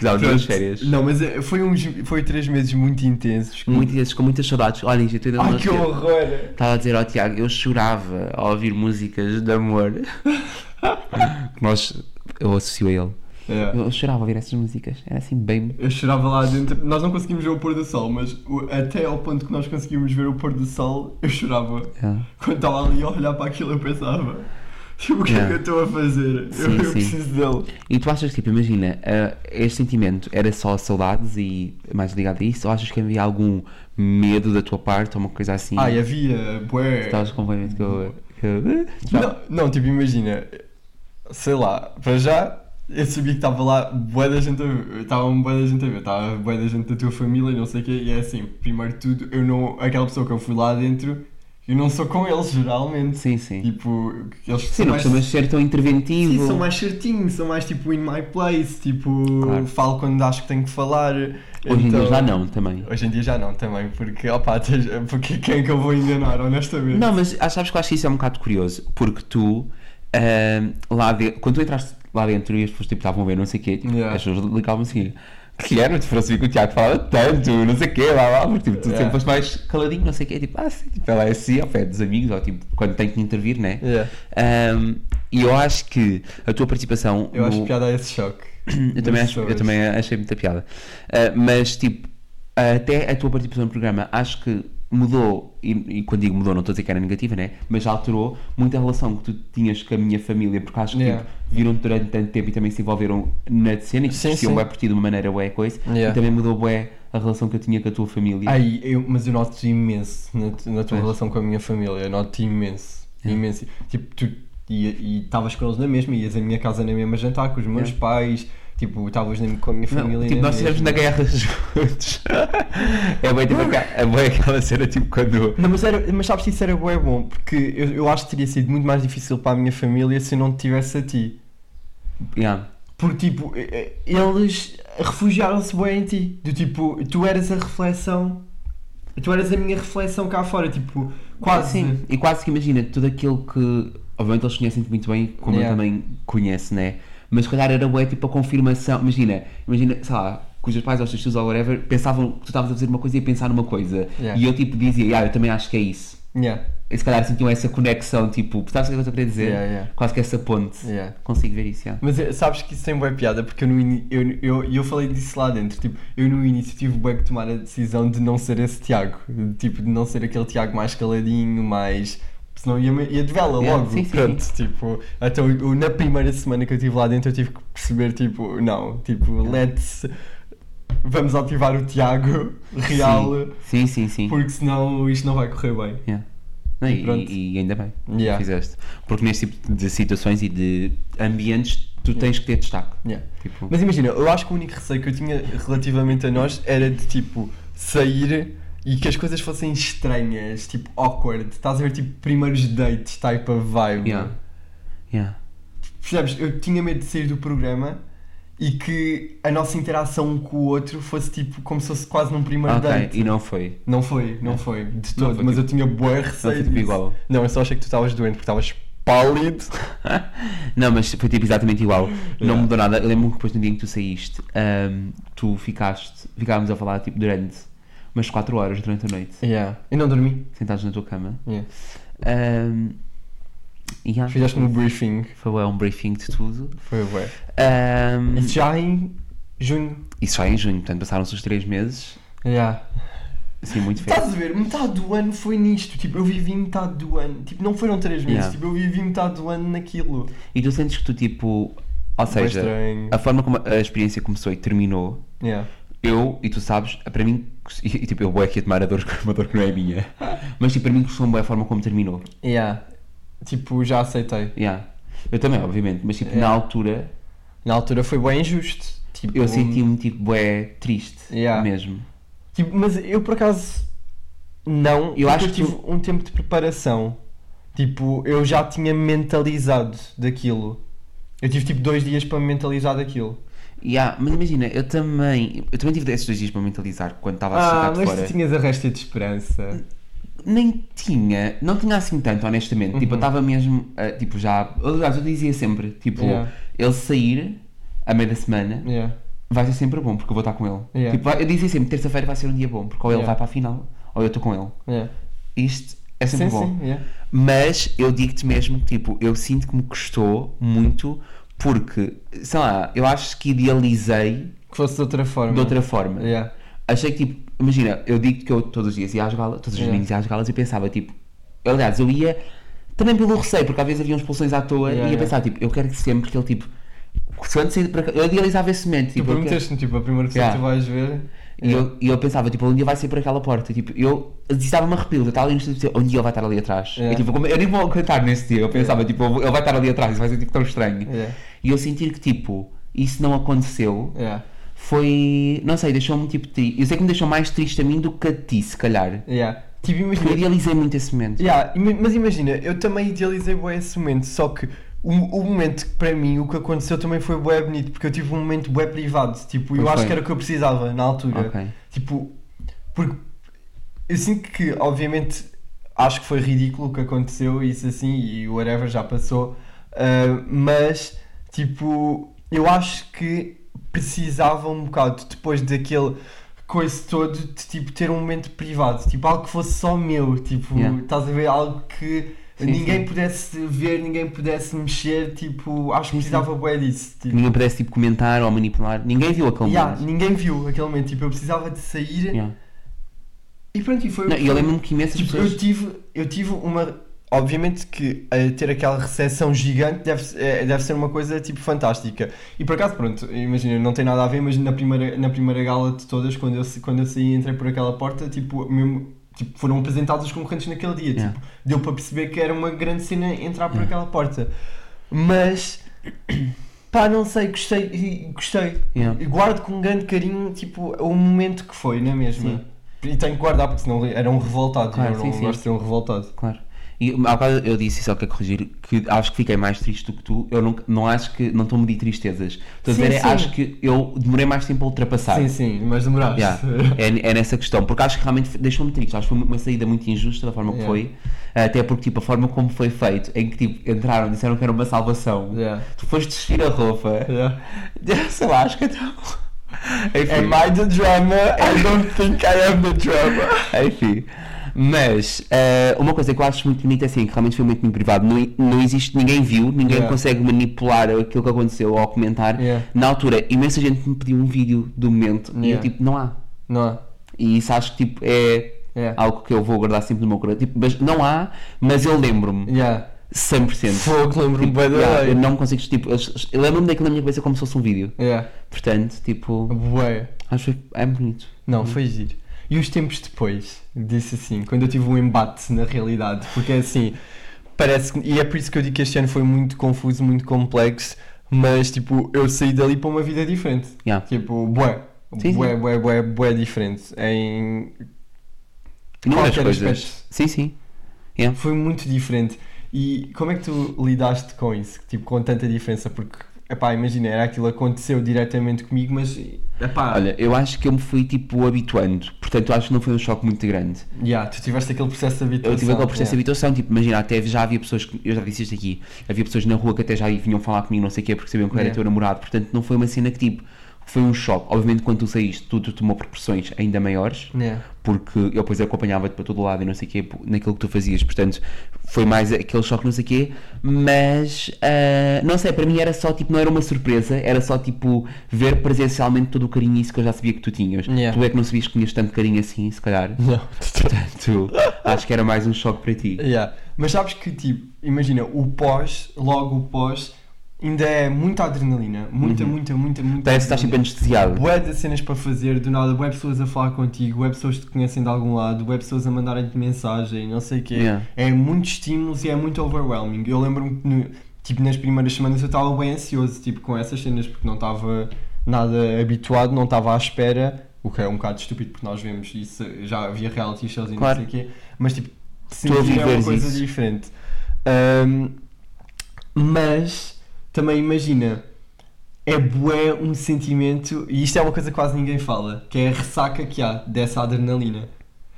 S1: Dá-me duas férias.
S2: Não, mas eh, foi, uns, foi três meses muito intensos.
S1: Muito intensos, é. com muitas saudades. Olha, gente, eu ainda não
S2: Ai, que
S1: nasci.
S2: horror!
S1: Estava a dizer ao Tiago, eu chorava ao ouvir músicas de amor. Nós, eu associo a ele.
S2: É.
S1: Eu chorava a ouvir essas músicas. Era assim bem.
S2: Eu chorava lá dentro. Tipo, Nós não conseguimos ver o pôr do sol, mas o- até ao ponto que nós conseguimos ver o pôr do sol, eu chorava.
S1: Ah,
S2: Quando estava ali a olhar para aquilo, eu pensava: tipo, o que é que
S1: Yeah.
S2: eu estou a fazer? eu
S1: Sim,
S2: eu
S1: sim.
S2: preciso dele.
S1: E tu achas que, tipo, imagina, ah, este sentimento era só saudades e mais ligado a isso? Ou achas que havia algum medo da tua parte ou uma coisa assim?
S2: Ai, havia, bué.
S1: Estavas completamente que eu. que eu- eh,
S2: Não, não, tipo, imagina, sei lá, para já eu sabia que estava lá bué da gente a ver, estava um bué da gente a ver, estava bué da gente da tua família e não sei o quê, e é assim, primeiro de tudo, eu não, aquela pessoa que eu fui lá dentro, eu não sou com eles geralmente,
S1: Sim, sim.
S2: tipo, eles
S1: Sim, não costumas ser tão interventivo.
S2: Sim, são mais certinhos, são mais tipo in my place, tipo,
S1: Claro.
S2: falo quando acho que tenho que falar. Hoje
S1: Hoje
S2: então
S1: em dia já não, também.
S2: Hoje em dia já não também, porque, opá, tens- porque quem é que eu vou enganar, honestamente?
S1: Não, mas ah, sabes que eu acho que isso é um bocado curioso, porque tu ahm, lá de- quando tu entraste lá dentro e as pessoas tipo, estavam a ver, não sei o quê, tipo,
S2: Yeah.
S1: as pessoas ligavam assim. Guilherme, tu fosse ver que o Tiago falava tanto, não sei o quê, lá, lá, porque tipo, tu
S2: Yeah.
S1: sempre foste mais caladinho, não sei o quê, tipo, ah, sim, tipo, ela é assim, ao pé dos amigos, ou tipo, quando tem que intervir, né?
S2: Yeah.
S1: Ahm, e eu acho que a tua participação.
S2: Eu acho
S1: no-
S2: piada a esse choque.
S1: eu também,
S2: das
S1: acho, eu
S2: pessoas.
S1: também achei muita piada. Ah, mas, tipo, até a tua participação no programa, acho que mudou, e, e quando digo mudou, não estou a dizer que era negativa, né? Mas alterou muito a relação que tu tinhas com a minha família, porque acho que
S2: Yeah.
S1: tipo, viram durante tanto tempo e também se envolveram na cena e que
S2: Sim,
S1: se
S2: sim.
S1: bué por ti de uma maneira bué coisa.
S2: Yeah.
S1: E também mudou bué a relação que eu tinha com a tua família.
S2: Então, Ai, eu- mas eu noto imenso na, tu- na tua
S1: Pois.
S2: relação com a minha família, eu noto imenso, imenso. Tipo, tu ia- e estavas com eles na mesma, ias à minha casa na mesma jantar com os meus pais, tipo, estavas na- com a minha
S1: Não,
S2: família é
S1: tipo,
S2: na
S1: nós estivemos
S2: mesma.
S1: na guerra juntos. é bem tipo, aqua- é bué aquela cena tipo quando.
S2: Não, mas, era, mas sabes que isso era bué bom, porque eu, eu acho que teria sido muito mais difícil para a minha família se eu não te tivesse a ti.
S1: Yeah.
S2: Porque, tipo, eh, eh, eles refugiaram-se bem em ti. Do tipo, tu eras a reflexão, tu eras a minha reflexão cá fora, tipo, quase.
S1: Sim, e quase que imagina tudo aquilo que. Obviamente eles conhecem-te muito bem, como
S2: Yeah.
S1: eu também conheço, né? Mas se calhar era bué tipo a confirmação. Imagina, imagina, sei lá, que os teus pais ou os teus tios ou whatever pensavam que tu estavas a dizer uma coisa e a pensar numa coisa.
S2: Yeah.
S1: E eu tipo dizia, ah, eu também acho que é isso.
S2: Yeah.
S1: E se calhar sentiam essa conexão, tipo, sabes o que eu estou a querer dizer?
S2: Yeah, yeah.
S1: Quase que essa ponte.
S2: Yeah.
S1: Consigo ver isso, yeah.
S2: Mas eh, sabes que isso tem boa piada porque eu no ini- eu, eu, eu falei disso lá dentro, tipo, eu no início tive bem que tomar a decisão de não ser esse Tiago, de, tipo, de não ser aquele Tiago mais caladinho, mais senão ia, ia de vela
S1: Yeah,
S2: logo,
S1: sim, sim,
S2: pronto, tipo, então eu- na primeira semana que eu estive lá dentro eu tive que perceber, tipo, não, tipo, let's, vamos ativar o Tiago real,
S1: Sim, sim, sim. sim.
S2: porque senão isto não vai correr bem.
S1: Yeah. Não, e,
S2: Pronto.
S1: e- e ainda bem
S2: Yeah.
S1: fizeste. Porque neste tipo de situações e de ambientes tu tens que ter destaque.
S2: Yeah.
S1: Tipo,
S2: Mas imagina, eu acho que o único receio que eu tinha relativamente a nós era de tipo sair e que as coisas fossem estranhas, tipo awkward. Estás a ver tipo primeiros dates, type of vibe.
S1: Yeah. Yeah.
S2: Percebes? Eu tinha medo de sair do programa e que a nossa interação um com o outro fosse tipo como se fosse quase num primeiro
S1: Ok,
S2: date.
S1: e não foi.
S2: Não foi, não foi, de
S1: Não
S2: todo,
S1: foi,
S2: mas
S1: tipo-
S2: eu tinha boa
S1: Não
S2: receio.
S1: foi tipo
S2: disso.
S1: igual.
S2: Não, eu só achei que tu estavas doente porque estavas pálido.
S1: não, mas foi tipo exatamente igual. Não
S2: Yeah.
S1: mudou nada. Eu lembro-me que depois no dia em que tu saíste, ahm, tu ficaste, ficávamos a falar tipo durante umas 4 horas durante a noite,
S2: Yeah. E não dormi.
S1: sentados na tua cama.
S2: Yeah.
S1: Ahm, e yeah,
S2: Fizeste-me um briefing.
S1: foi bué, um briefing de tudo.
S2: Foi bué.
S1: Ahm,
S2: Já em junho.
S1: isso já é em junho, portanto passaram-se os 3 meses.
S2: Yeah.
S1: Assim, muito feio.
S2: Estás a ver? Metade do ano foi nisto. Tipo, eu vivi metade do ano. Tipo, não foram três meses.
S1: Yeah.
S2: Tipo, eu vivi metade do ano naquilo.
S1: E tu sentes que tu tipo. Ou
S2: Foi
S1: seja,
S2: estranho.
S1: a forma como a experiência começou e terminou
S2: Yeah.
S1: eu, e tu sabes, para mim, e, e, tipo, eu vou aqui a tomar a dor, uma dor que não é minha, mas tipo, para mim custou-me bué a forma como terminou.
S2: Yeah. Tipo, já aceitei.
S1: Yeah. Eu também, obviamente, mas tipo, na
S2: Yeah.
S1: altura
S2: Na altura foi bem injusto. Tipo,
S1: eu senti-me tipo, bué triste
S2: Yeah.
S1: mesmo.
S2: Tipo, mas eu por acaso. Não,
S1: Eu
S2: eu
S1: acho
S2: acho eu
S1: que
S2: tive um tempo de preparação. Tipo, eu já tinha mentalizado daquilo. Eu tive tipo dois dias para me mentalizar daquilo.
S1: Yeah, mas imagina, eu também, eu também tive esses dois dias para mentalizar quando estava a
S2: Ah,
S1: ficar de
S2: mas
S1: fora. Hum.
S2: tu tinhas a resta de esperança.
S1: Nem tinha, não tinha assim tanto, honestamente. Tipo, eu
S2: Uhum.
S1: estava mesmo, ah, tipo, já, aliás, eu dizia sempre, tipo,
S2: Yeah.
S1: ele sair a meio da semana,
S2: Yeah.
S1: vai ser sempre bom, porque eu vou estar com ele.
S2: Yeah.
S1: Tipo, vai- eu dizia sempre, terça-feira vai ser um dia bom, porque ou ele
S2: Yeah.
S1: vai para a final, ou eu estou com ele.
S2: Yeah.
S1: Isto é sempre
S2: sim,
S1: bom.
S2: sim, yeah.
S1: Mas eu digo-te mesmo, tipo, eu sinto que me custou muito, porque, sei lá, eu acho que idealizei
S2: Que fosse de outra forma.
S1: de outra forma.
S2: Yeah.
S1: Achei que, tipo, imagina, eu digo que eu todos os dias ia às galas, todos os
S2: Yeah.
S1: domingos ia às galas e pensava, tipo, aliás, eu ia também pelo receio, porque às vezes havia expulsões à toa
S2: Yeah,
S1: e ia
S2: yeah.
S1: pensar, tipo, eu quero que sempre que ele, tipo, se antes de sair para cá, eu idealizava esse momento,
S2: Tu
S1: tipo, eu quero-
S2: prometeste-me, tipo, a primeira pessoa
S1: Yeah.
S2: que tu vais ver.
S1: e eu, e eu pensava, tipo, um dia vai ser por aquela porta. Tipo, eu estava-me arrepio, eu estava ali no estúdio, tipo, um dia ele vai estar ali atrás.
S2: Yeah.
S1: Eu, tipo, como- eu nem vou cantar nesse dia, eu
S2: É.
S1: pensava, tipo, eu vou- ele vai estar ali atrás, isso vai ser tipo tão estranho.
S2: Yeah.
S1: E eu sentir que, tipo, isso não aconteceu,
S2: Yeah.
S1: foi, não sei, deixou-me, tipo, triste. Eu sei que me deixou mais triste a mim do que a ti, se calhar.
S2: Yeah. Tipo,
S1: Porque eu
S2: imagina.
S1: idealizei muito esse momento.
S2: Yeah, ima- mas imagina, eu também idealizei bué esse momento, só que o, o momento que para mim, o que aconteceu também foi bué bonito, porque eu tive um momento bué privado, tipo, eu
S1: Pois
S2: acho
S1: foi.
S2: que era o que eu precisava na altura.
S1: Ok.
S2: Tipo, porque eu sinto que, obviamente, acho que foi ridículo o que aconteceu, isso assim, e whatever já passou, ah, mas, tipo, eu acho que precisava um bocado depois daquele coisa todo de tipo ter um momento privado, tipo algo que fosse só meu, tipo,
S1: Yeah.
S2: estás a ver algo que
S1: Sim,
S2: ninguém
S1: sim.
S2: pudesse ver, ninguém pudesse mexer, tipo, acho que
S1: Sim, sim.
S2: precisava bué disso, tipo.
S1: Que ninguém pudesse, tipo, comentar ou manipular. Ninguém viu aquele
S2: Yeah,
S1: momento.
S2: ninguém viu aquele momento, tipo, eu precisava de sair
S1: Yeah.
S2: e pronto, e foi
S1: Não, e eu lembro-me que imensas
S2: Tipo,
S1: pessoas...
S2: eu tive, eu tive uma. Obviamente que eh, ter aquela recessão gigante deve, eh, deve ser uma coisa tipo fantástica. E por acaso, pronto, imagina, não tem nada a ver, mas na primeira, na primeira gala de todas, quando eu, sa- quando eu saí e entrei por aquela porta, tipo, mesmo, tipo, foram apresentados os concorrentes naquele dia.
S1: Yeah.
S2: Tipo, deu para perceber que era uma grande cena entrar por
S1: Yeah.
S2: aquela porta. Mas, pá, não sei, gostei, e- gostei.
S1: Yeah.
S2: E Guardo com grande carinho, tipo, o momento que foi, não é mesmo?
S1: Sim.
S2: E tenho que guardar, porque senão era um revoltado.
S1: Claro,
S2: eu não
S1: sim, sim.
S2: gosto de ser um revoltado.
S1: Claro. E hum, há bocado eu disse só que a corrigir que acho que fiquei mais triste do que tu. Eu não, não acho que não estou a medir tristezas. Estou a
S2: Sim,
S1: dizer, é,
S2: sim.
S1: acho que eu demorei mais tempo a ultrapassar.
S2: Sim, sim, mas demoraste.
S1: Yeah. É, é nessa questão, porque acho que realmente deixou-me triste. Acho que foi uma saída muito injusta da forma que
S2: Yeah.
S1: foi, até porque tipo, a forma como foi feito, em que tipo, entraram, disseram que era uma salvação,
S2: Yeah.
S1: tu foste vestir a roupa,
S2: Yeah. É
S1: sei lá, acho que então. Enfim.
S2: Am I the drama? I don't think I am the drama.
S1: Enfim. Mas eh, uma coisa que eu acho muito bonita é assim, que realmente foi muito privado. Não, não existe, ninguém viu, ninguém
S2: Yeah.
S1: consegue manipular aquilo que aconteceu ou comentar.
S2: Yeah.
S1: Na altura, imensa gente me pediu um vídeo do momento e eu
S2: Yeah.
S1: tipo, não há.
S2: Não há.
S1: E isso acho que tipo é
S2: Yeah.
S1: algo que eu vou guardar sempre no meu coração. Tipo, mas não há, mas eu lembro-me
S2: Yeah.
S1: 100%.
S2: Fogo, lembro-me bem
S1: Tipo,
S2: da
S1: Yeah, eu
S2: lei.
S1: não consigo, tipo, eu, eu lembro-me daquilo na minha cabeça como se fosse um vídeo.
S2: Yeah.
S1: Portanto, tipo,
S2: Bué.
S1: acho que é bonito.
S2: Não, foi giro. E os tempos depois, disse assim, quando eu tive um embate na realidade, porque é assim, parece que, e é por isso que eu digo que este ano foi muito confuso, muito complexo, mas tipo, eu saí dali para uma vida diferente.
S1: Yeah.
S2: Tipo, bué,
S1: Sim, sim.
S2: bué, bué, bué, bué diferente. Em
S1: Inúmeras
S2: qualquer
S1: é coisas.
S2: aspecto.
S1: Sim, sim.
S2: Foi muito diferente. E como é que tu lidaste com isso? Tipo, com tanta diferença? Porque, epá, imagina, era aquilo que aconteceu diretamente comigo, mas, epá,
S1: Olha, eu acho que eu me fui tipo habituando, portanto eu acho que não foi um choque muito grande.
S2: yeah, tu tiveste aquele processo de habituação. é.
S1: Eu tive aquele processo de
S2: yeah.
S1: habituação, tipo, imagina, até já havia pessoas que, eu já disse isto aqui, havia pessoas na rua que até já vinham falar comigo, não sei o quê, porque sabiam que eu era
S2: Yeah.
S1: teu namorado, portanto não foi uma cena que tipo, foi um choque. Obviamente quando tu saíste, tudo tomou proporções ainda maiores,
S2: Yeah.
S1: porque eu depois acompanhava-te para todo lado e não sei o quê, naquilo que tu fazias, portanto foi mais aquele choque, não sei o quê, mas ah, não sei, para mim era só tipo, não era uma surpresa, era só tipo ver presencialmente todo o carinho e isso que eu já sabia que tu tinhas.
S2: Yeah.
S1: Tu é que não sabias que tinhas tanto carinho assim, se calhar.
S2: Não,
S1: Portanto, acho que era mais um choque para ti.
S2: Yeah. Mas sabes que, tipo, imagina, o pós, logo o pós, ainda é muita adrenalina. Muita,
S1: Uhum.
S2: muita, muita, muita.
S1: Parece que estás sempre
S2: adrenalina.
S1: anestesiado.
S2: Bué de cenas para fazer, do nada, bué pessoas a falar contigo, bué pessoas que te conhecem de algum lado, bué pessoas a mandarem-te mensagem, não sei o quê.
S1: Yeah.
S2: É muitos estímulos e é muito overwhelming. Eu lembro-me que, no- tipo, nas primeiras semanas eu estava bem ansioso, tipo, com essas cenas, porque não estava nada habituado, não estava à espera, o que é um bocado estúpido, porque nós vemos isso, já havia reality shows e
S1: Claro.
S2: não sei o quê, mas, tipo,
S1: a
S2: sentir é uma
S1: viveres
S2: coisa
S1: isso.
S2: diferente. Ahm, mas, também imagina... É bué um sentimento, e isto é uma coisa que quase ninguém fala, que é a ressaca que há dessa adrenalina.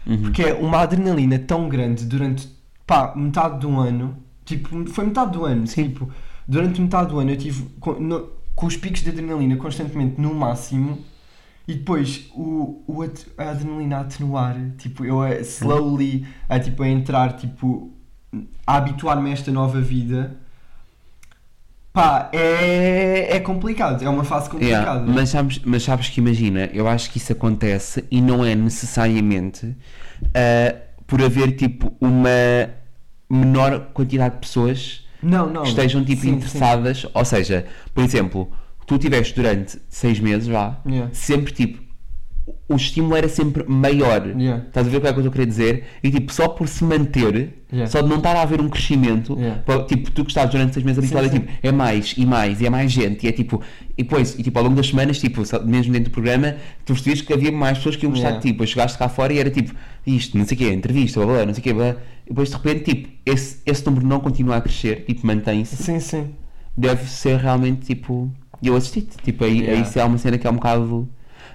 S1: Uhum.
S2: Porque é uma adrenalina tão grande durante pá, um metade do ano. Tipo, foi metade do ano. Tipo, durante metade do ano eu tive. co- no- com os picos de adrenalina constantemente no máximo e depois o, o at- a adrenalina a atenuar, tipo, eu a slowly a, tipo, a entrar, tipo, a habituar-me a esta nova vida. Pá, é, é complicado, é uma fase complicada.
S1: Yeah, mas, sabes, mas sabes que imagina, eu acho que isso acontece e não é necessariamente ah, por haver tipo uma menor quantidade de pessoas
S2: Não, não.
S1: que estejam tipo
S2: Sim, sim.
S1: interessadas. Ou seja, por exemplo, tu tiveste durante seis meses lá,
S2: Yeah.
S1: sempre tipo. O estímulo era sempre maior.
S2: Yeah.
S1: Estás a ver o que é que eu estou a querer dizer? E tipo, só por se manter,
S2: Yeah.
S1: só de não estar a haver um crescimento,
S2: Yeah.
S1: pô, tipo, tu que estás durante seis meses habituado, é
S2: sim.
S1: tipo, é mais e mais e é mais gente e é tipo e depois e tipo ao longo das semanas tipo só- mesmo dentro do programa tu percebias que havia mais pessoas que iam gostar
S2: Yeah.
S1: de ti depois chegaste cá fora e era tipo isto não sei o quê entrevista blá, blá, não sei o quê blá. E depois de repente tipo esse, esse número não continua a crescer tipo mantém-se
S2: Sim, sim.
S1: deve ser realmente tipo eu assisti-te tipo aí,
S2: Yeah.
S1: aí isso é uma cena que é um bocado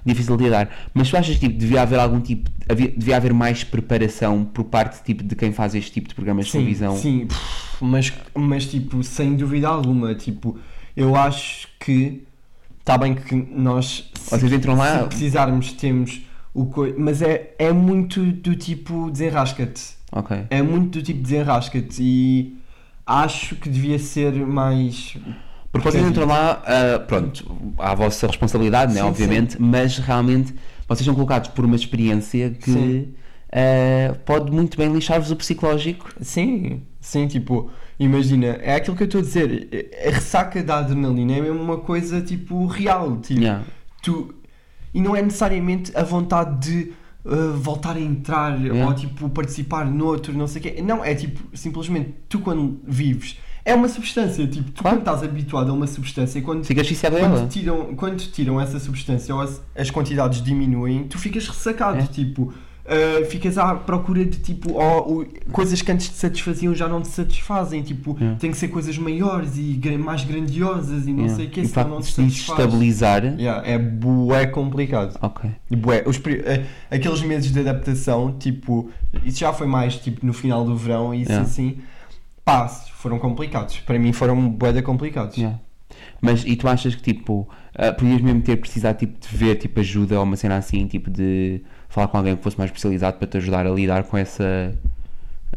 S1: difícil de lidar mas tu achas que tipo, devia haver algum tipo havia- devia haver mais preparação por parte tipo de quem faz este tipo de programas de televisão
S2: Sim, pff, mas, mas tipo, sem dúvida alguma, tipo, eu acho que está bem que nós se,
S1: Vocês entram lá-
S2: se precisarmos temos o coi mas é, é muito do tipo desenrasca-te.
S1: ok
S2: É muito do tipo desenrasca-te e acho que devia ser mais
S1: Porque vocês entram lá, ah, pronto, à vossa responsabilidade, né,
S2: Sim,
S1: obviamente, mas realmente vocês são colocados por uma experiência que
S2: Sim.
S1: ah, pode muito bem lixar-vos o psicológico.
S2: Sim, sim, tipo, imagina, é aquilo que eu estou a dizer, a ressaca da adrenalina é mesmo uma coisa tipo real, tipo,
S1: Yeah.
S2: tu e não é necessariamente a vontade de uh, voltar a entrar ou tipo participar noutro, não sei o quê. Não, é tipo, simplesmente tu quando vives é uma substância, tipo, tu quando estás habituado a uma substância, quando
S1: Ficas viciado a
S2: quando
S1: ela.
S2: te tiram, quando te tiram essa substância ou as, as quantidades diminuem, tu ficas ressacado,
S1: É.
S2: tipo, ah, ficas à procura de tipo, ou, o- coisas que antes te satisfaziam já não te satisfazem, tipo,
S1: É.
S2: tem que ser coisas maiores e gran- mais grandiosas e não
S1: Yeah.
S2: sei o que,
S1: e o
S2: senão
S1: facto
S2: não
S1: de
S2: te
S1: se
S2: satisfaz.
S1: desestabilizar.
S2: Yeah, é bué complicado.
S1: Ok.
S2: Bué, os pri- eh, aqueles meses de adaptação, tipo, isso já foi mais tipo no final do verão e isso
S1: Yeah.
S2: assim, pá, foram complicados. Para mim foram bué da complicados.
S1: Yeah. Mas e tu achas que tipo, ah, podias mesmo ter precisado tipo, de ver tipo, ajuda ou uma cena assim, tipo de falar com alguém que fosse mais especializado para te ajudar a lidar com essa.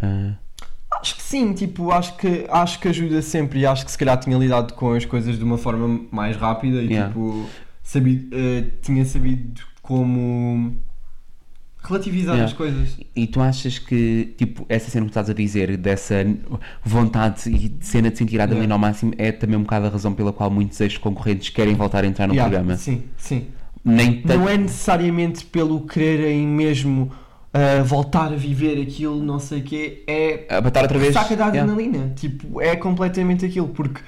S1: ah,
S2: Acho que sim, tipo, acho que, acho que ajuda sempre e acho que se calhar tinha lidado com as coisas de uma forma mais rápida e
S1: Yeah.
S2: tipo, sabi, eh, tinha sabido como relativizar
S1: Yeah.
S2: as coisas.
S1: E tu achas que, tipo, essa cena que estás a dizer, dessa vontade e de cena de sentir a adrenalina ao máximo, é também um bocado a razão pela qual muitos ex-concorrentes querem voltar a entrar no
S2: Yeah,
S1: programa?
S2: Sim, sim.
S1: Nem tanto.
S2: Não é necessariamente pelo quererem mesmo eh, voltar a viver aquilo, não sei o quê, é
S1: A batalha outra vez.
S2: saca da
S1: yeah.
S2: adrenalina. Tipo, é completamente aquilo, porque.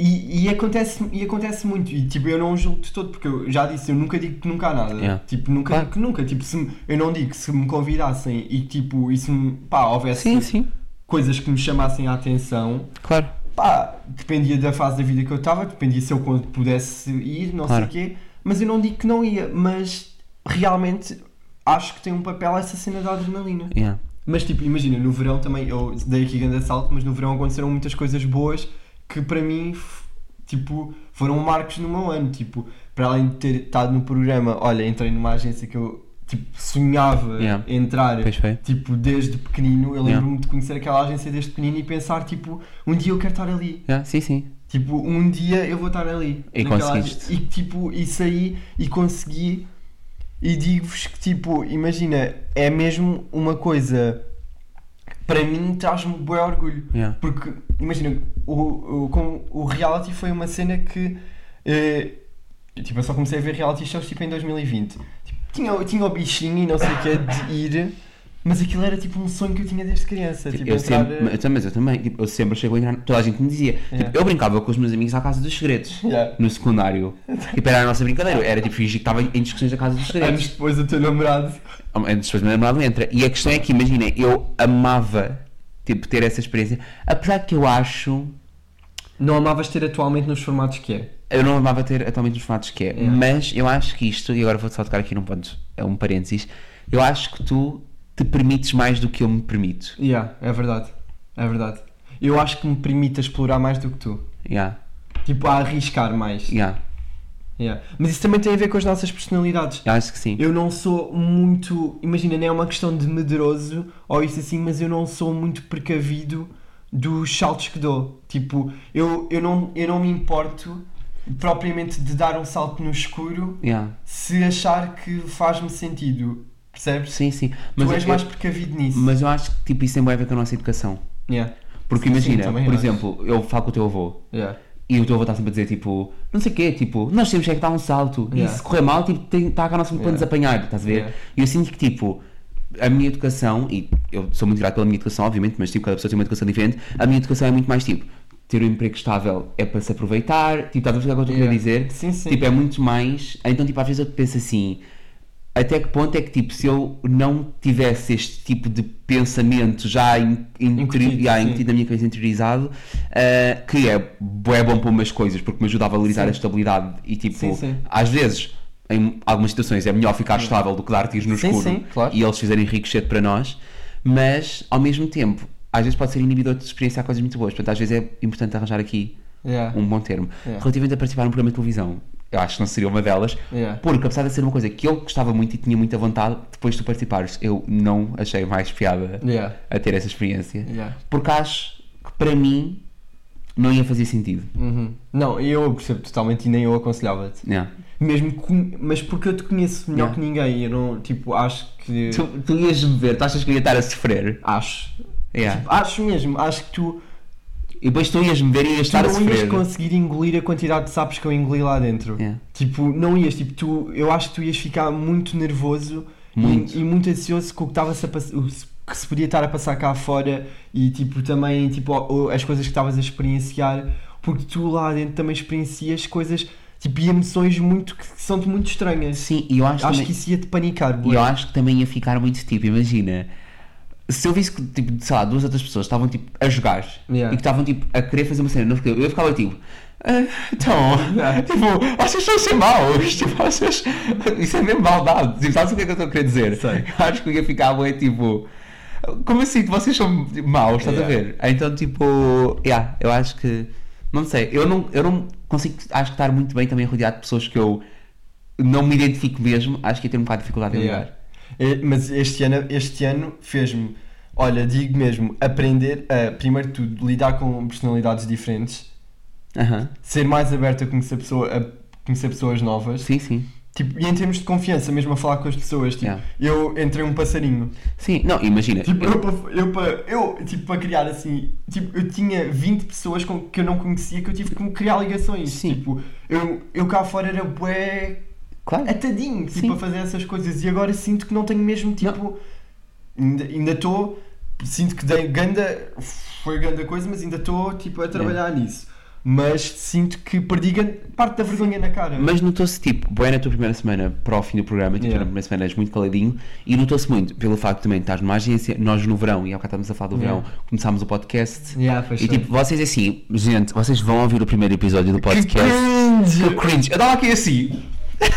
S2: E, e acontece, e acontece muito, e tipo, eu não julgo de todo, porque eu já disse, eu nunca digo que nunca há nada.
S1: Yeah.
S2: Tipo, nunca
S1: Claro.
S2: digo que nunca. Tipo, se me- eu não digo que se me convidassem e tipo, e se me, pá, houvesse
S1: Sim, sim,
S2: coisas que me chamassem a atenção,
S1: claro.
S2: pá, dependia da fase da vida que eu estava, dependia se eu quando pudesse ir, não
S1: Claro.
S2: sei o quê, mas eu não digo que não ia, mas realmente acho que tem um papel essa cena da adrenalina.
S1: Yeah.
S2: Mas tipo, imagina, no verão também, eu dei aqui grande assalto, mas no verão aconteceram muitas coisas boas que para mim, f- tipo, foram marcos no meu ano. Tipo, para além de ter estado no programa, olha, entrei numa agência que eu, tipo, sonhava
S1: Yeah.
S2: entrar.
S1: Pois foi.
S2: Tipo, desde pequenino, eu
S1: Yeah.
S2: lembro-me de conhecer aquela agência desde pequenino e pensar, tipo, um dia eu quero estar ali.
S1: Yeah, sim, sim.
S2: Tipo, um dia eu vou estar ali.
S1: E
S2: naquela-
S1: conseguiste.
S2: E tipo, isso aí, e consegui. E digo-vos que, tipo, imagina, é mesmo uma coisa. Para mim, traz-me um bom orgulho.
S1: Yeah.
S2: Porque, imagina, o, o, com- o reality foi uma cena que. eh, tipo, eu só comecei a ver reality shows tipo, em 2020. Tipo, tinha, o- tinha o bichinho e não sei o que de ir, mas aquilo era tipo um sonho que eu tinha desde criança. Tipo,
S1: eu
S2: entrar-
S1: sempre, mas eu- mas eu também, tipo, eu sempre chego a entrar, toda a gente me dizia, tipo,
S2: Yeah.
S1: eu brincava com os meus amigos à Casa dos Segredos,
S2: eh, Yeah.
S1: no secundário, tipo, era a nossa brincadeira, era tipo, fingir que estava em discussões da Casa dos Segredos.
S2: Anos depois do teu namorado.
S1: Hum, antes depois o meu namorado entra. E a questão é que, imagina, eu amava tipo, ter essa experiência, apesar que eu acho.
S2: Não amavas ter atualmente nos formatos que é.
S1: Eu não amava ter atualmente os formatos que é, mas eu acho que isto, e agora vou só tocar aqui num ponto, é um parênteses, eu acho que tu te permites mais do que eu me permito.
S2: Yeah, é verdade. É verdade. Eu acho que me permite explorar mais do que tu.
S1: Yeah.
S2: tipo, a arriscar mais.
S1: Yeah,
S2: Yeah. Mas isso também tem a ver com as nossas personalidades.
S1: eu acho que sim.
S2: Eu não sou muito. Imagina, nem é uma questão de medroso ou isso assim, mas eu não sou muito precavido dos saltos que dou. Tipo, eu, eu, não, eu não me importo propriamente de dar um salto no escuro
S1: Yeah.
S2: se achar que faz-me sentido. Percebes?
S1: Sim, é sim.
S2: tu és
S1: eu,
S2: mais precavido nisso.
S1: mas eu acho que tipo, isso tem bem a ver com a nossa educação.
S2: Yeah.
S1: Porque
S2: Sim, sim,
S1: imagina,
S2: também
S1: por
S2: acho.
S1: exemplo, eu falo com o teu avô
S2: Yeah.
S1: e o teu avô está sempre a dizer tipo, não sei o quê, tipo, nós temos é que dar um salto e
S2: Yeah.
S1: se correr mal, tipo, tem, está cá a nossa para nos
S2: Yeah.
S1: apanhar, estás a ver?
S2: Yeah.
S1: E eu sinto que tipo, a minha educação, e eu sou muito grato pela minha educação, obviamente, mas tipo, cada pessoa tem uma educação diferente, a minha educação é muito mais tipo, ter um emprego estável é para se aproveitar, tipo, estás a perceber o que eu estou a
S2: Yeah.
S1: querer dizer?
S2: Sim, sim.
S1: Tipo, é muito mais. Então, tipo, às vezes eu penso assim: até que ponto é que, tipo, se eu não tivesse este tipo de pensamento já in, in-
S2: Incutido,
S1: interi- já
S2: sim.
S1: incutido na minha cabeça, interiorizado, ah, que é, bo- é bom para umas coisas, porque me ajuda a valorizar
S2: Sim.
S1: a estabilidade e, tipo,
S2: Sim, sim.
S1: às vezes. Em algumas situações é melhor ficar estável do que dar tiros no
S2: Sim,
S1: escuro
S2: sim, claro.
S1: e eles fizerem ricochete para nós, mas ao mesmo tempo, às vezes pode ser inibidor de experienciar coisas muito boas. Portanto, às vezes é importante arranjar aqui
S2: Yeah.
S1: um bom termo.
S2: Yeah.
S1: Relativamente a participar num programa de televisão, eu acho que não seria uma delas,
S2: Yeah.
S1: porque apesar de ser uma coisa que eu gostava muito e tinha muita vontade, depois de tu participares, eu não achei mais piada
S2: Yeah.
S1: a ter essa experiência.
S2: Yeah.
S1: Porque acho que para mim não ia fazer sentido.
S2: Uhum. Não, eu percebo totalmente e nem eu aconselhava-te.
S1: Yeah.
S2: Mesmo com- mas porque eu te conheço melhor
S1: Yeah.
S2: que ninguém, eu não, tipo, acho que.
S1: Tu, tu ias me ver, tu achas que eu ia estar a sofrer?
S2: Acho.
S1: Yeah.
S2: Tipo, acho mesmo, acho que tu,
S1: E depois tu ias me ver e ias
S2: tu
S1: estar a
S2: Tipo, não
S1: sofrer.
S2: ias conseguir engolir a quantidade de sapos que eu engoli lá dentro.
S1: Yeah.
S2: Tipo, não ias, tipo, tu, eu acho que tu ias ficar muito nervoso e-
S1: Muito.
S2: E, muito ansioso com o que estava-se a pass- o que se podia estar a passar cá fora e tipo também tipo, o- o- as coisas que estavas a experienciar, porque tu lá dentro também experiencias coisas tipo, e emoções muito que que são-te muito estranhas.
S1: Sim, e eu acho,
S2: Acho
S1: também-
S2: que isso ia te panicar,
S1: E eu
S2: bué.
S1: acho que também ia ficar muito tipo, imagina. Se eu visse que, tipo, sei lá, duas outras pessoas estavam, tipo, a jogar
S2: Yeah.
S1: e que estavam, tipo, a querer fazer uma cena, não fiquei- eu ficava, tipo, "Ah, então,
S2: Yeah.
S1: tipo, vocês estão a ser maus, tipo, vocês, isso é mesmo maldade, tipo, sabes o que é que eu estou a querer dizer?
S2: Sei.
S1: Eu acho que eu ia ficar, bué, tipo, como assim, vocês são tipo, maus, estás a
S2: Yeah.
S1: ver? Então, tipo, yeah, eu acho que, não sei, eu não, eu não consigo, acho que estar muito bem também rodeado de pessoas que eu não me identifico mesmo, acho que ia ter um bocado de dificuldade em lidar.
S2: Yeah. É, Mas este ano, este ano fez-me, olha, digo mesmo, aprender a, primeiro de tudo, lidar com personalidades diferentes,
S1: Aham,
S2: ser mais aberto a conhecer, pessoa, a conhecer pessoas novas.
S1: sim, sim.
S2: Tipo, e em termos de confiança, mesmo a falar com as pessoas, tipo,
S1: Yeah.
S2: eu entrei um passarinho.
S1: Sim, não, imagina.
S2: Tipo,
S1: eu-
S2: eu, pa- eu, pa- eu, tipo, para criar assim, tipo, eu tinha 20 pessoas com, que eu não conhecia que eu tive que me criar ligações.
S1: Sim.
S2: Tipo, eu, eu cá fora era bué
S1: claro.
S2: atadinho, tipo,
S1: Sim.
S2: a fazer essas coisas. E agora sinto que não tenho mesmo, tipo, ainda- ainda estou, sinto que dei ganda, foi ganda coisa, mas ainda estou, tipo, a trabalhar nisso. Mas sinto que perdi gan- parte da vergonha na cara.
S1: Mas notou-se, tipo, boa na tua primeira semana para o fim do programa, tipo,
S2: Yeah.
S1: na primeira semana és muito caladinho, e notou-se muito pelo facto também de estás numa agência, nós no verão, e há bocado estamos a falar do
S2: Yeah.
S1: verão, começámos o podcast,
S2: Yeah, foi
S1: e
S2: chato.
S1: tipo, vocês assim, gente, vocês vão ouvir o primeiro episódio do podcast. Que cringe! Eu estava aqui assim, tá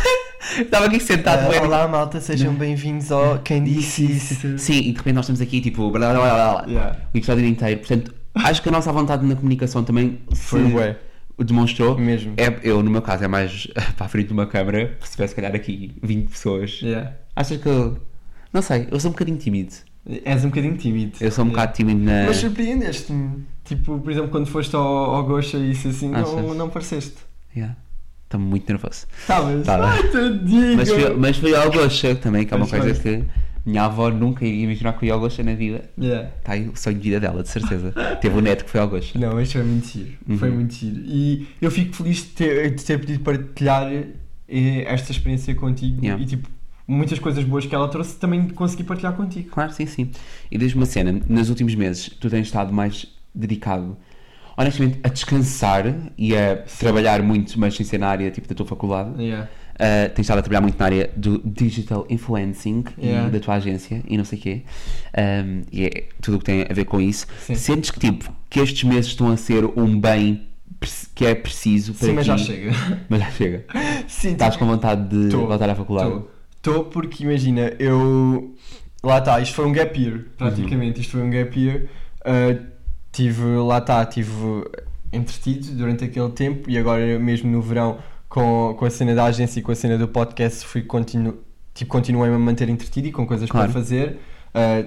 S1: estava aqui sentado, bué,
S2: Ah, olá malta, sejam bem-vindos ao Quem Disse Isso.
S1: Sim, e de repente nós estamos aqui, tipo, blá blá blá blá, blá
S2: Yeah.
S1: o episódio inteiro. Portanto, acho que a nossa vontade na comunicação também
S2: Foi
S1: se
S2: bué.
S1: demonstrou.
S2: Mesmo.
S1: É, eu, no meu caso, é mais eh, para a frente de uma câmara, se tivesse, se calhar, aqui 20 pessoas.
S2: Yeah.
S1: Achas que eu. Não sei, eu sou um bocadinho tímido.
S2: És um bocadinho tímido.
S1: Eu sou um bocado tímido na.
S2: Mas surpreendeste-me. Tipo, por exemplo, quando foste ao, ao Gosha e isso assim, não,
S1: Achas?
S2: não pareceste.
S1: Yeah. Estou muito nervoso.
S2: Estavas.
S1: Tava.
S2: Ai, tadinho.
S1: Tá, né? Mas fui, mas fui ao Gosha também, que é uma
S2: Mas
S1: coisa
S2: foste.
S1: que minha avó nunca iria imaginar que eu ia ao Gosha na vida.
S2: Yeah.
S1: Está aí o sonho de vida dela, de certeza. Teve um neto que foi ao Gosha.
S2: Não, mas foi muito giro. Foi
S1: Uhum.
S2: muito giro. E eu fico feliz de ter, de ter podido partilhar eh, esta experiência contigo
S1: Yeah.
S2: e tipo, muitas coisas boas que ela trouxe também consegui partilhar contigo.
S1: Claro, sim, sim. E diz-me uma cena, nos últimos meses tu tens estado mais dedicado, honestamente, a descansar e a trabalhar muito, mas sem ser na área tipo da tua faculdade.
S2: Yeah.
S1: Uh, tens estado a trabalhar muito na área do digital influencing
S2: Yeah.
S1: e da tua agência e não sei o quê. Um, e é tudo o que tem a ver com isso.
S2: Sim.
S1: Sentes que tipo, que estes meses estão a ser um bem preci- que é preciso para
S2: Sim, mas já
S1: ti?
S2: chega.
S1: Mas já chega.
S2: Sim, tipo,
S1: Estás com vontade de
S2: Tô.
S1: voltar à faculdade?
S2: Estou porque imagina, eu. Lá está, isto foi um gap year, praticamente. Isto foi um gap year. Ah, tá, tive, lá está, tive entretido durante aquele tempo e agora mesmo no verão com, com a cena da agência e com a cena do podcast fui continu, tipo, continuei-me a manter entretido e com coisas
S1: Claro.
S2: para fazer. ah,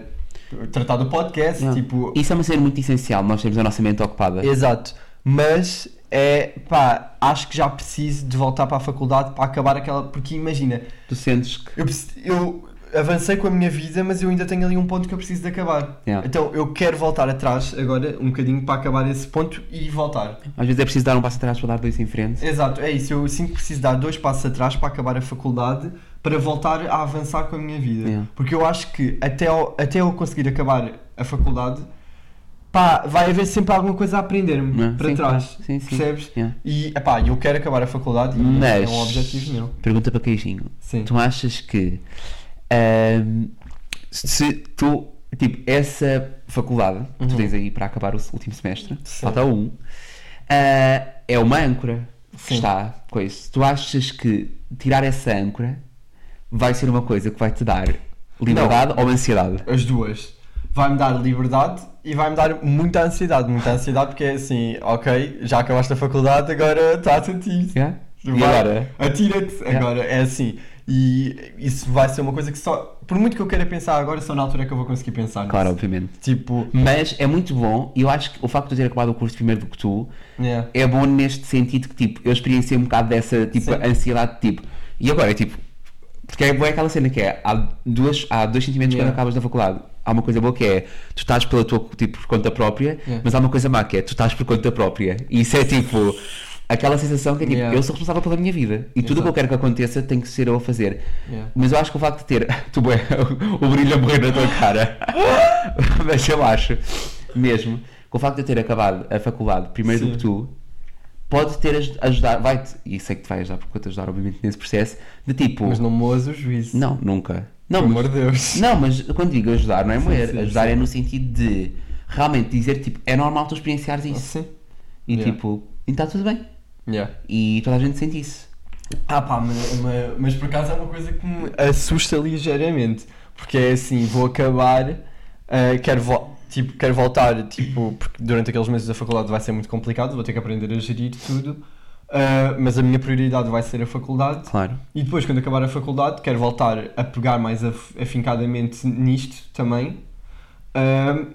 S2: tratar do podcast,
S1: Yeah.
S2: tipo,
S1: Isso é uma cena muito essencial, nós temos a nossa mente ocupada.
S2: Exato. Mas é pá, acho que já preciso de voltar para a faculdade para acabar aquela. Porque imagina,
S1: Tu sentes que.
S2: eu, preci- eu avancei com a minha vida, mas eu ainda tenho ali um ponto que eu preciso de acabar.
S1: Yeah.
S2: Então eu quero voltar atrás agora um bocadinho para acabar esse ponto e voltar.
S1: Às vezes é preciso dar um passo atrás para dar dois em frente.
S2: Exato, é isso. Eu sinto que preciso dar dois passos atrás para acabar a faculdade para voltar a avançar com a minha vida.
S1: Yeah.
S2: Porque eu acho que até eu, até eu conseguir acabar a faculdade, pá, vai haver sempre alguma coisa a aprender-me
S1: Não é?
S2: para
S1: Sim,
S2: trás.
S1: claro. Sim, sim.
S2: Percebes?
S1: Yeah.
S2: E epá, eu quero acabar a faculdade e
S1: Mas-
S2: é um objetivo meu.
S1: Pergunta para Queijinho.
S2: Sim.
S1: Tu achas que ahm, se tu tipo essa faculdade que tu
S2: Uhum.
S1: tens aí para acabar o s- último semestre,
S2: Sim.
S1: falta um, ah, é uma âncora que
S2: Sim.
S1: está com isso. Tu achas que tirar essa âncora vai ser uma coisa que vai te dar liberdade ou ansiedade?
S2: As duas. Vai-me dar liberdade e vai-me dar muita ansiedade, muita ansiedade, porque é assim, ok, já acabaste a faculdade, agora trata-te disso.
S1: Yeah? E
S2: Vai,
S1: agora?
S2: Atira-te.
S1: Yeah.
S2: Agora é assim. E isso vai ser uma coisa que só. Por muito que eu queira pensar agora, só na altura é que eu vou conseguir pensar. nisso.
S1: Claro, obviamente.
S2: Tipo.
S1: Mas é muito bom e eu acho que o facto de eu ter acabado o curso primeiro do que tu
S2: Yeah.
S1: é bom neste sentido que tipo, eu experienciei um bocado dessa tipo,
S2: Sim.
S1: ansiedade tipo. E agora, tipo, porque é boa aquela cena que é há, duas, há dois sentimentos
S2: Yeah.
S1: quando acabas da faculdade. Há uma coisa boa que é tu estás pela tua tipo, por conta própria,
S2: Yeah.
S1: mas há uma coisa má que é tu estás por conta própria. E isso é tipo aquela sensação que é tipo,
S2: Yeah.
S1: eu sou responsável pela minha vida e tudo o que eu
S2: Exato.
S1: quero que aconteça tem que ser eu a fazer.
S2: Yeah.
S1: Mas eu acho que o facto de ter tu, bué, o brilho a morrer na tua cara, mas eu acho mesmo que o facto de eu ter acabado a faculdade primeiro do
S2: Sim.
S1: que tu pode ter aj- ajudar, vai-te, e sei que te vai ajudar porque eu te ajudar obviamente nesse processo, de tipo,
S2: Mas
S1: não,
S2: não moas o juízo.
S1: nunca.
S2: Pelo
S1: Não, mas,
S2: amor de Deus.
S1: não, mas quando digo ajudar, não é moer,
S2: sim,
S1: ajudar
S2: sim.
S1: é no sentido de realmente dizer tipo, é normal tu experienciares isso
S2: Sim.
S1: e
S2: Yeah.
S1: tipo, então está tudo bem
S2: Yeah.
S1: e toda a gente sente isso.
S2: Ah pá, ma- ma- mas por acaso é uma coisa que me assusta ligeiramente. Porque é assim, vou acabar, ah, quero, vo- tipo, quero voltar, tipo, porque durante aqueles meses da faculdade vai ser muito complicado, vou ter que aprender a gerir tudo. ah, mas a minha prioridade vai ser a faculdade.
S1: Claro.
S2: E depois, quando acabar a faculdade, quero voltar a pegar mais af- afincadamente nisto também ahm,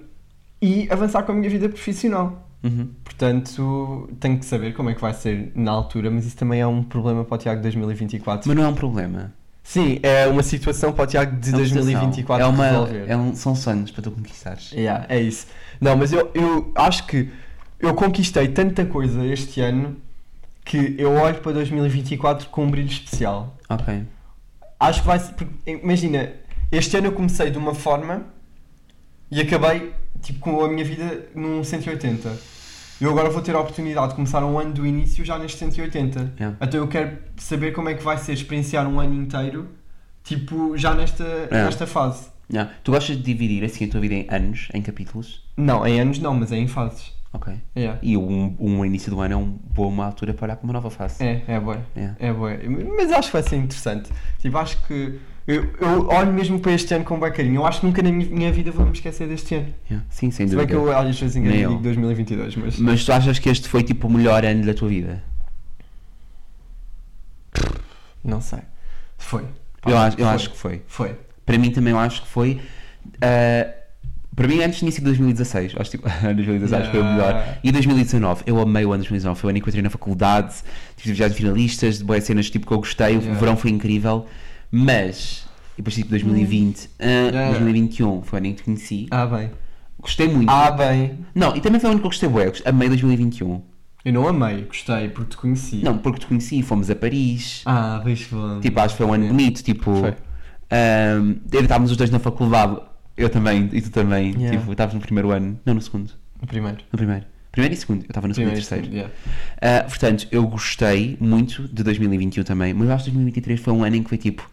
S2: e avançar com a minha vida profissional.
S1: Uhum.
S2: Portanto, tenho que saber como é que vai ser na altura, mas isso também é um problema para o Tiago de 2024.
S1: Mas não é um problema.
S2: Sim, é uma situação para o Tiago de
S1: É uma situação.
S2: 2024
S1: é uma,
S2: resolver.
S1: é um- são sonhos para tu conquistares.
S2: Yeah, é isso. Não, mas eu, eu acho que eu conquistei tanta coisa este ano que eu olho para 2024 com um brilho especial.
S1: Ok.
S2: Acho que vai ser. porque, Imagina, este ano eu comecei de uma forma e acabei tipo, com a minha vida num 180. Eu agora vou ter a oportunidade de começar um ano do início já neste 180.
S1: Yeah.
S2: Então eu quero saber como é que vai ser experienciar um ano inteiro, tipo, já nesta, nesta fase.
S1: Yeah. Tu gostas de dividir assim a tua vida em anos, em capítulos?
S2: Não, em anos não, mas é em fases.
S1: Ok.
S2: Yeah.
S1: E um, um início do ano é um boa uma altura para olhar para uma nova face.
S2: É, é boa.
S1: Yeah.
S2: É boa. Mas acho que vai ser interessante. Tipo, acho que. Eu, eu olho mesmo para este ano com bem carinho. Eu acho que nunca na minha minha vida vou me esquecer deste ano.
S1: Yeah. Sim, sem
S2: Se bem
S1: dúvida.
S2: que eu às vezes engano
S1: Nem
S2: e
S1: eu.
S2: digo 2022, mas.
S1: Mas tu achas que este foi tipo o melhor ano da tua vida?
S2: Não sei. Foi.
S1: eu acho, eu
S2: Ah, foi.
S1: acho que foi.
S2: Foi.
S1: Para mim também eu acho que foi. ah, para mim antes tinha sido 2016. Acho que tipo, 2016 foi o melhor.
S2: Yeah.
S1: E 2019, eu amei o ano de 2019. Foi o ano em que eu entrei na faculdade, tive viagens de finalistas, de boas cenas tipo que eu gostei, o
S2: Yeah.
S1: verão foi incrível. Mas, e depois tipo 2020, ah,
S2: Yeah.
S1: 2021 foi o ano em que te conheci.
S2: Ah, bem.
S1: Gostei muito.
S2: Ah, bem.
S1: Não, e também foi o único que eu gostei bué, eu gost- amei 2021.
S2: Eu não amei, gostei porque te conheci.
S1: Não, porque te conheci, fomos a Paris.
S2: Ah, vejo bom.
S1: Tipo, acho que foi um ano
S2: Yeah.
S1: bonito, tipo...
S2: Foi.
S1: ahm, ele- estávamos os dois na faculdade, eu também e tu também,
S2: Yeah.
S1: tipo, estávamos no primeiro ano, não no segundo,
S2: O primeiro.
S1: no primeiro. Primeiro e segundo, eu estava no segundo
S2: Primeiro,
S1: e terceiro. Ah,
S2: yeah.
S1: portanto, eu gostei muito de 2021 também, mas eu acho que 2023 foi um ano em que foi tipo...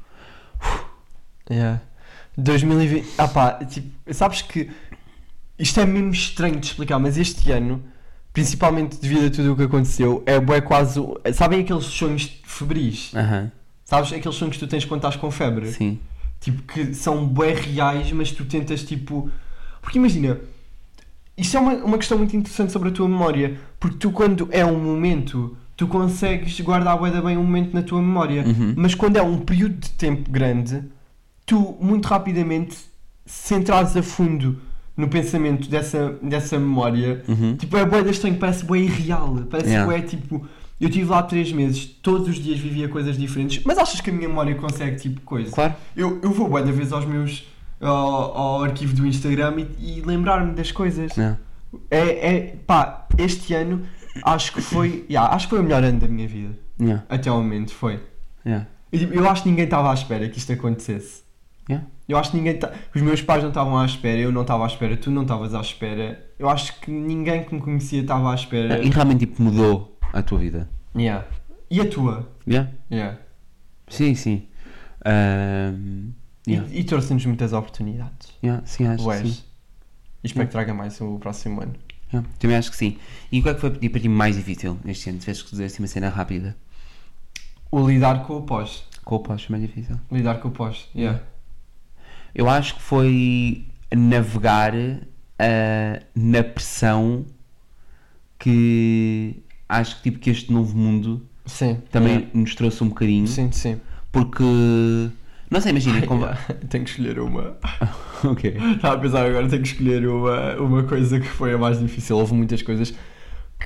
S2: Yeah. 2020. Ah pá, tipo, sabes que isto é mesmo estranho de explicar, mas este ano, principalmente devido a tudo o que aconteceu, é, bué quase. o- Sabem aqueles sonhos febris?
S1: Aham,
S2: Sabes? Aqueles sonhos que tu tens quando estás com febre?
S1: sim.
S2: Tipo, que são bué reais, mas tu tentas, tipo. Porque imagina, isto é uma, uma questão muito interessante sobre a tua memória. Porque tu, quando é um momento, tu consegues guardar bué da bem um momento na tua memória.
S1: Uhum.
S2: Mas quando é um período de tempo grande, tu muito rapidamente, se entrares a fundo no pensamento dessa, dessa memória,
S1: Uhum.
S2: tipo, é bué da estranho, parece bué irreal. Parece
S1: Yeah.
S2: bué, tipo... Eu estive lá três meses, todos os dias vivia coisas diferentes, mas achas que a minha memória consegue, tipo, coisa?
S1: Claro.
S2: Eu, eu vou bué da vez aos meus... Ao, ao arquivo do Instagram e, e lembrar-me das coisas.
S1: Não.
S2: É, é, pá, este ano acho que foi, yeah, acho que foi o melhor ano da minha vida.
S1: Yeah.
S2: Até ao momento foi.
S1: Yeah.
S2: Eu, tipo, eu acho que ninguém estava à espera que isto acontecesse.
S1: Yeah.
S2: Eu acho que ninguém ta- os meus pais não estavam à espera, eu não estava à espera, tu não estavas à espera. Eu acho que ninguém que me conhecia estava à espera.
S1: E realmente tipo, mudou a tua vida.
S2: Yeah. E a tua?
S1: Yeah.
S2: Yeah.
S1: Sim, sim. Ahm, yeah.
S2: E, e trouxe-nos muitas oportunidades.
S1: Yeah, sim, acho que sim.
S2: Ués. E espero que traga mais o próximo ano.
S1: Yeah, também acho que sim. E qual é que foi tipo, para ti mais difícil neste ano? Tiveste que fazer assim uma cena rápida.
S2: O lidar com o pós.
S1: Qual o acho mais difícil?
S2: Lidar com o pós. Yeah.
S1: Eu acho que foi navegar ah, na pressão que acho que, tipo, que este novo mundo
S2: Sim.
S1: também
S2: Yeah.
S1: nos trouxe um bocadinho.
S2: Sim, sim.
S1: Porque, não sei, imagina. como-
S2: Tenho que escolher uma.
S1: ok.
S2: Estava a pensar agora, tenho que escolher uma, uma coisa que foi a mais difícil. Houve muitas coisas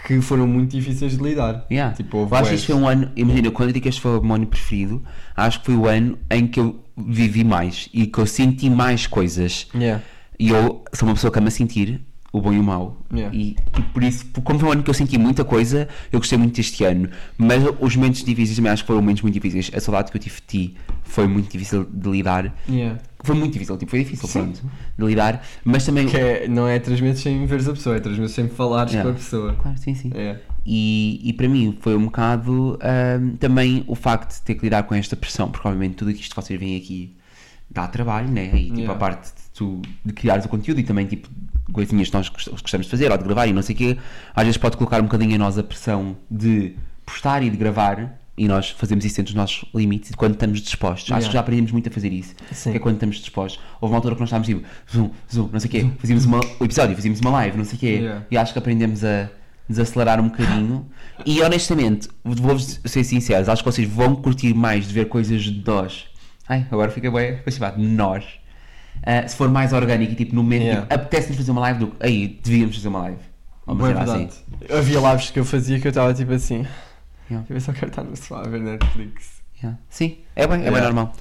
S2: que foram muito difíceis de lidar.
S1: Yeah.
S2: Tipo, houve
S1: eu acho que
S2: bués.
S1: este foi um ano, imagina, quando eu digo que este foi o meu ano preferido, acho que foi o ano em que eu vivi mais e que eu senti mais coisas.
S2: Yeah.
S1: E eu sou uma pessoa que ama sentir o bom e o mau.
S2: Yeah.
S1: E, e por isso, por- como foi um ano que eu senti muita coisa, eu gostei muito deste ano. Mas os momentos difíceis também acho que foram momentos muito difíceis. A saudade que eu tive de ti foi muito difícil de lidar.
S2: Yeah.
S1: Foi muito difícil, tipo, foi difícil,
S2: Sim.
S1: pronto, de lidar. Mas também.
S2: Que é- não é três meses sem veres a pessoa, é três meses sem falares
S1: Yeah.
S2: com a pessoa.
S1: Claro, sim, sim.
S2: É.
S1: E, e para mim foi um bocado ahm, também o facto de ter que lidar com esta pressão, porque obviamente tudo isto que vocês veem aqui dá trabalho, né? E tipo
S2: Yeah.
S1: a parte de tu de criares o conteúdo e também tipo coisinhas que nós gost- gostamos de fazer ou de gravar e não sei o quê, às vezes pode colocar um bocadinho a nós a pressão de postar e de gravar. E nós fazemos isso dentro dos nossos limites e quando estamos dispostos. Acho que
S2: Yeah.
S1: já aprendemos muito a fazer isso.
S2: Sim.
S1: Que é quando estamos dispostos. Houve uma altura que nós estávamos tipo, zoom, zoom, não sei o quê. Fazíamos uma, o episódio, fazíamos uma live, não sei o quê.
S2: Yeah.
S1: E acho que aprendemos a desacelerar um bocadinho. E honestamente, vou-vos ser sinceros, acho que vocês vão curtir mais de ver coisas de nós. Ai, agora fica bem, com chamar de nós. Ah, se for mais orgânico e tipo no momento,
S2: Yeah.
S1: tipo, apetece-nos fazer uma live do que. Aí, devíamos fazer uma live. Ou uma
S2: Boa
S1: cena assim.
S2: verdade. Havia lives que eu fazia que eu estava tipo assim.
S1: Yeah.
S2: Eu só quero estar no sofá a ver Netflix.
S1: Yeah. Sim, é bem, é bem
S2: Yeah.
S1: normal.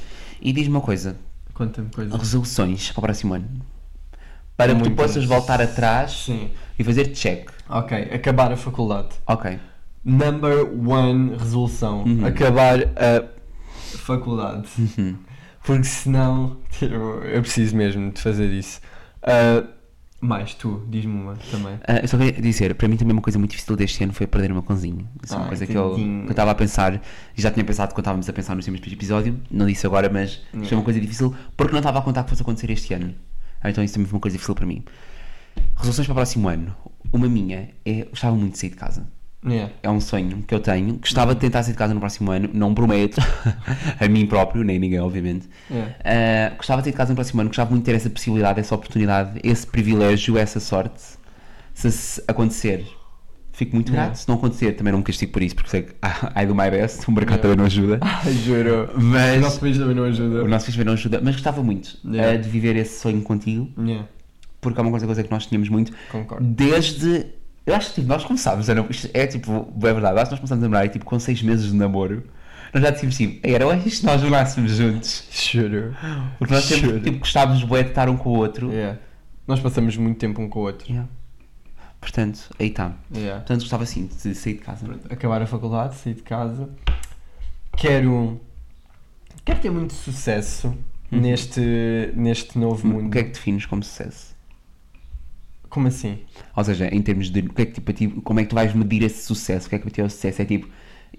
S1: E diz-me uma coisa:
S2: Conta-me coisas.
S1: resoluções para o próximo ano. Para que tu
S2: Muitas.
S1: possas voltar atrás
S2: Sim.
S1: e fazer check.
S2: Ok, acabar a faculdade.
S1: Ok.
S2: Number one resolução:
S1: Uhum.
S2: acabar a faculdade.
S1: Uhum.
S2: Porque senão tipo, eu preciso mesmo de fazer isso. Ah, mais tu, diz-me uma também.
S1: Ah, eu só queria dizer, para mim também uma coisa muito difícil deste ano foi perder o meu cãozinho. Isso é uma
S2: Ai,
S1: coisa que eu,
S2: tadinho.
S1: que eu estava a pensar, e já tinha pensado quando estávamos a pensar nos temas do episódio, não disse agora, mas
S2: Não.
S1: foi uma coisa difícil porque não estava a contar que fosse acontecer este ano. Ah, então isso também foi uma coisa difícil para mim. Resoluções para o próximo ano. Uma minha é gostava muito de sair de casa.
S2: Yeah.
S1: É um sonho que eu tenho. Gostava de tentar sair de casa no próximo ano, não prometo a mim próprio, nem a ninguém, obviamente.
S2: Yeah.
S1: Uh, gostava de ter de casa no próximo ano, gostava muito de ter essa possibilidade, essa oportunidade, esse privilégio, essa sorte. Se, se acontecer, fico muito grato.
S2: Yeah.
S1: Se não acontecer, também não me castigo por isso, porque sei que I do my best, o mercado
S2: Yeah.
S1: também não ajuda.
S2: Ai, juro. O nosso
S1: Mas
S2: país também não ajuda.
S1: o nosso Facebook não ajuda. Mas gostava muito uh,
S2: Yeah.
S1: de viver esse sonho contigo,
S2: Yeah,
S1: porque é uma coisa, coisa que nós tínhamos muito
S2: concordo.
S1: desde. Eu acho que tipo, nós começámos a namorar. Isto é tipo, é verdade, acho que nós começámos a namorar e tipo, com seis meses de namoro. Nós já tínhamos tipo, era isto, nós namorássemos juntos.
S2: Juro.
S1: Porque nós sempre
S2: Juro.
S1: tipo, gostávamos bué de estar um com o outro.
S2: Yeah. Nós passamos muito tempo um com o outro.
S1: Yeah. Portanto, aí está.
S2: Yeah.
S1: Portanto, gostava assim de sair de casa.
S2: acabar a faculdade, sair de casa. Quero. Quero ter muito sucesso Uhum. neste, neste novo
S1: O
S2: mundo.
S1: que é que defines como sucesso?
S2: Como assim?
S1: Ou seja, em termos de o que é que, tipo, a ti- como é que tu vais medir esse sucesso? O que é que para ti é o sucesso? É tipo.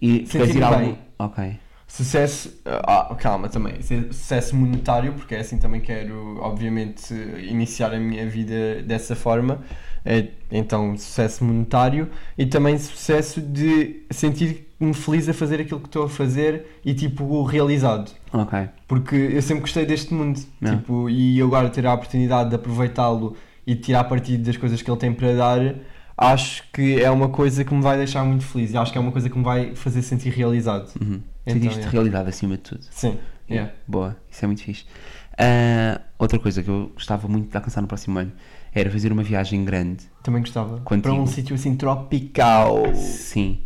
S1: E tu queres
S2: Sentir-me
S1: ir algo.
S2: bem.
S1: Ok.
S2: Sucesso. Ah, calma também. Su- Sucesso monetário, porque é assim também quero, obviamente, iniciar a minha vida dessa forma. É, Então, sucesso monetário e também sucesso de sentir-me feliz a fazer aquilo que estou a fazer e, tipo, realizado.
S1: Ok.
S2: Porque eu sempre gostei deste mundo
S1: Não.
S2: tipo, e agora ter a oportunidade de aproveitá-lo e de tirar partido das coisas que ele tem para dar, acho que é uma coisa que me vai deixar muito feliz e acho que é uma coisa que me vai fazer sentir realizado.
S1: Uhum.
S2: Então,
S1: Sentiste
S2: yeah.
S1: realidade acima de tudo.
S2: Sim, yeah.
S1: Boa, isso é muito fixe. Ah, outra coisa que eu gostava muito de alcançar no próximo ano era fazer uma viagem grande.
S2: também gostava.
S1: Contigo.
S2: Para um sítio assim tropical.
S1: Sim.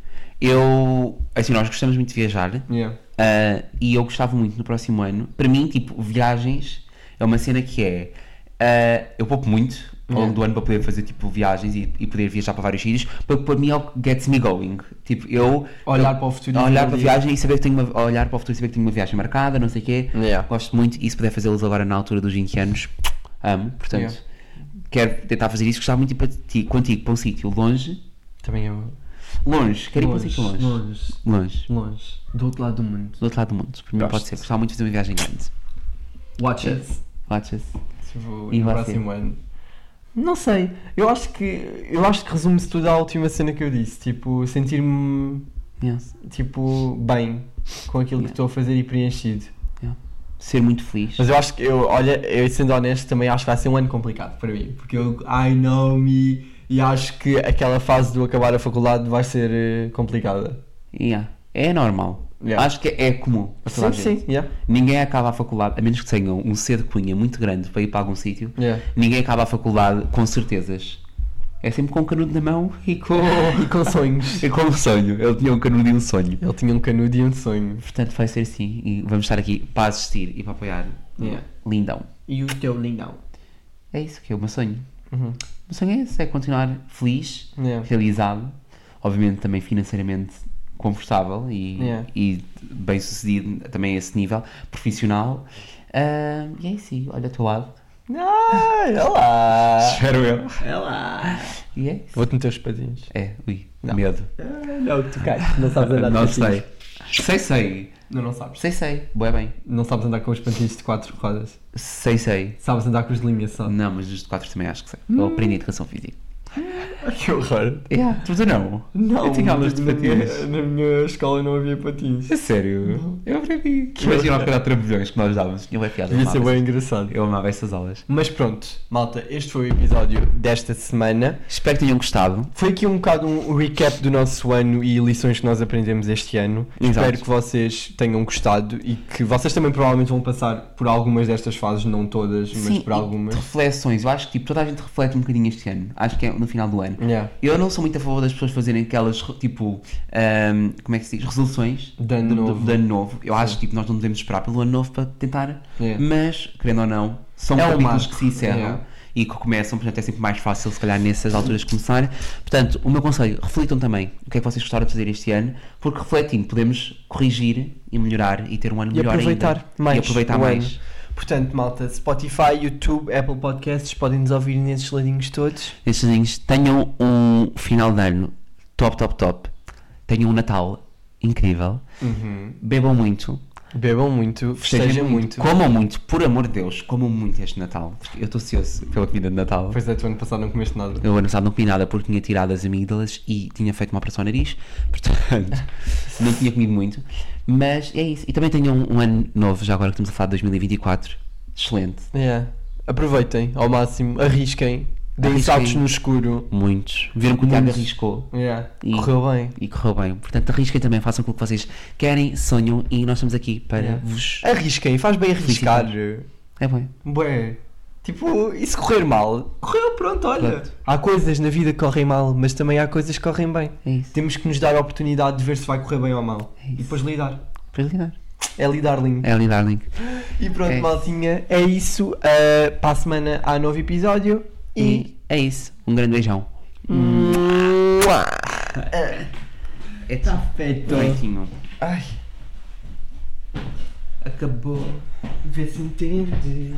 S1: Eu. Assim, nós gostamos muito de viajar
S2: Yeah.
S1: ah, e eu gostava muito no próximo ano. Para mim, tipo, viagens é uma cena que é. ah, eu poupo muito ao longo do ano para poder fazer tipo viagens e, e poder viajar para vários sítios, porque para mim é o que gets me going. Tipo, eu.
S2: Olhar
S1: eu-
S2: para o futuro e ver
S1: Olhar para a
S2: ali.
S1: viagem e saber que tenho uma. Olhar para o futuro e saber que tenho uma viagem marcada, não sei o quê.
S2: Yeah.
S1: Gosto muito e se puder fazê-los agora na altura dos 20 anos, amo. Portanto,
S2: Yeah.
S1: quero tentar fazer isso. Gostava muito de ir para ti, contigo para um sítio longe.
S2: Também eu.
S1: Longe, quero ir para um sítio longe.
S2: longe,
S1: Longe.
S2: longe. Do outro lado do mundo.
S1: Do outro lado do mundo. Para mim
S2: Gosto.
S1: pode ser. Gostava muito de fazer uma viagem grande.
S2: Watch it.
S1: Watches.
S2: Tipo,
S1: E
S2: no
S1: você?
S2: próximo ano. Não sei, eu acho que eu acho que resume-se tudo à última cena que eu disse, tipo, sentir-me
S1: Yeah.
S2: tipo bem com aquilo que
S1: Yeah.
S2: estou a fazer e preenchido.
S1: Ser muito feliz.
S2: Mas eu acho que eu, olha, eu sendo honesto, também acho que vai ser um ano complicado para mim, porque eu I know me e acho que aquela fase do acabar a faculdade vai ser eh, complicada.
S1: Yeah. É normal.
S2: Yeah.
S1: Acho que é comum. a toda a
S2: sim,
S1: gente.
S2: sim, yeah.
S1: Ninguém acaba a faculdade, a menos que tenham um C de cunha muito grande para ir para algum sítio.
S2: Yeah.
S1: Ninguém acaba a faculdade com certezas. É sempre com um canudo na mão e com.
S2: Oh, e com sonhos.
S1: É como um sonho. Ele tinha um canudo e um sonho.
S2: Ele tinha um canudo e um sonho.
S1: Portanto, vai ser assim. E vamos estar aqui para assistir e para apoiar.
S2: Yeah.
S1: Lindão.
S2: E o teu lindão.
S1: É isso que é o meu sonho.
S2: Uhum.
S1: O meu sonho é esse, é continuar feliz,
S2: Yeah.
S1: realizado, obviamente também financeiramente confortável e,
S2: Yeah.
S1: e bem sucedido também a esse nível, profissional. Ah, e é isso, e olha ao teu lado.
S2: Ah, olha lá!
S1: Espero eu.
S2: Olha lá!
S1: E é isso.
S2: Vou-te meter os padinhos.
S1: É, ui, medo.
S2: Ah, Não, tu cais, não sabes andar
S1: Não
S2: de patins.
S1: sei. Sei, sei.
S2: Não, não sabes.
S1: Sei, sei. Boa, bem.
S2: Não sabes andar com os patins de quatro rodas.
S1: Sei, sei.
S2: Sabes andar com os de linha só.
S1: Não, mas os de 4 também acho que sei. Eu aprendi educação física.
S2: Ah, Que horror.
S1: Yeah, tu tu não?
S2: Não,
S1: Eu tinha aulas de
S2: na minha,
S1: patins.
S2: na minha escola não havia patins.
S1: A sério? Eu aprendi. Imagina o quantidade de trambolhões que nós dávamos. Eu é piada. eu
S2: Devia ser
S1: amava
S2: bem
S1: essas-
S2: engraçado.
S1: Eu amava essas aulas.
S2: Mas pronto, malta, este foi o episódio desta semana.
S1: Espero que tenham gostado.
S2: Foi aqui um bocado um recap do nosso ano e lições que nós aprendemos este ano.
S1: Exato.
S2: Espero que vocês tenham gostado e que vocês também provavelmente vão passar por algumas destas fases, não todas, mas
S1: Sim,
S2: por
S1: e
S2: algumas.
S1: Reflexões. Eu acho que tipo, toda a gente reflete um bocadinho este ano. Acho que é no final do ano.
S2: Yeah.
S1: Eu não sou muito a favor das pessoas fazerem aquelas, tipo, ahm, como é que se diz? Resoluções
S2: De ano
S1: do- do-
S2: novo.
S1: de ano novo. Eu acho que tipo, nós não devemos esperar pelo ano novo para tentar.
S2: Yeah.
S1: Mas, querendo ou não, são
S2: É um
S1: capítulos
S2: marco.
S1: que se encerram.
S2: Yeah.
S1: E que começam, portanto é sempre mais fácil, se calhar, nessas alturas começar. Portanto, o meu conselho, reflitam também o que é que vocês gostaram de fazer este ano, porque refletindo podemos corrigir e melhorar e ter um ano
S2: E
S1: melhor
S2: aproveitar
S1: ainda.
S2: mais.
S1: E aproveitar
S2: o
S1: mais.
S2: ano. Portanto, malta, Spotify, YouTube, Apple Podcasts, podem nos ouvir nesses ladinhos todos.
S1: Estes desenhos tenham um final de ano top, top, top. Tenham um Natal incrível.
S2: Uhum.
S1: Bebam muito.
S2: Bebam muito, festejam muito.
S1: Comam muito, por amor de Deus, comam muito este Natal. Porque eu estou ansioso pela comida de Natal.
S2: Pois é, tu ano passado não comeste nada.
S1: Eu ano passado não comi nada porque tinha tirado as amígdalas e tinha feito uma operação ao nariz, portanto não tinha comido muito. Mas é isso. E também tenham um, um ano novo, já agora que estamos a falar de 2024. Excelente.
S2: É. Aproveitem ao máximo, arrisquem, deem
S1: Arrisquem.
S2: saltos no escuro.
S1: Muitos. Viram que o Tiago
S2: Muitos.
S1: arriscou.
S2: É.
S1: E-
S2: Correu bem.
S1: e correu bem. Portanto, arrisquem também, façam aquilo que vocês querem, sonham e nós estamos aqui para
S2: Yeah.
S1: vos.
S2: Arrisquem, faz bem arriscar.
S1: É bem.
S2: Bué. Tipo, e se correr mal? Correu, pronto, olha.
S1: Pronto.
S2: Há coisas na vida que correm mal, mas também há coisas que correm bem.
S1: É isso.
S2: Temos que nos dar a oportunidade de ver se vai correr bem ou mal.
S1: É
S2: e
S1: isso.
S2: depois lidar.
S1: Para lidar.
S2: É lidar lindo.
S1: É ali, darling.
S2: E pronto,
S1: É isso.
S2: maltinha, é isso. Uh, para a semana há novo episódio e.
S1: E é isso. Um grande beijão.
S2: Mua!
S1: É
S2: Ah, Tá feito.
S1: Direitinho.
S2: Ai. Acabou. Vê se entendes.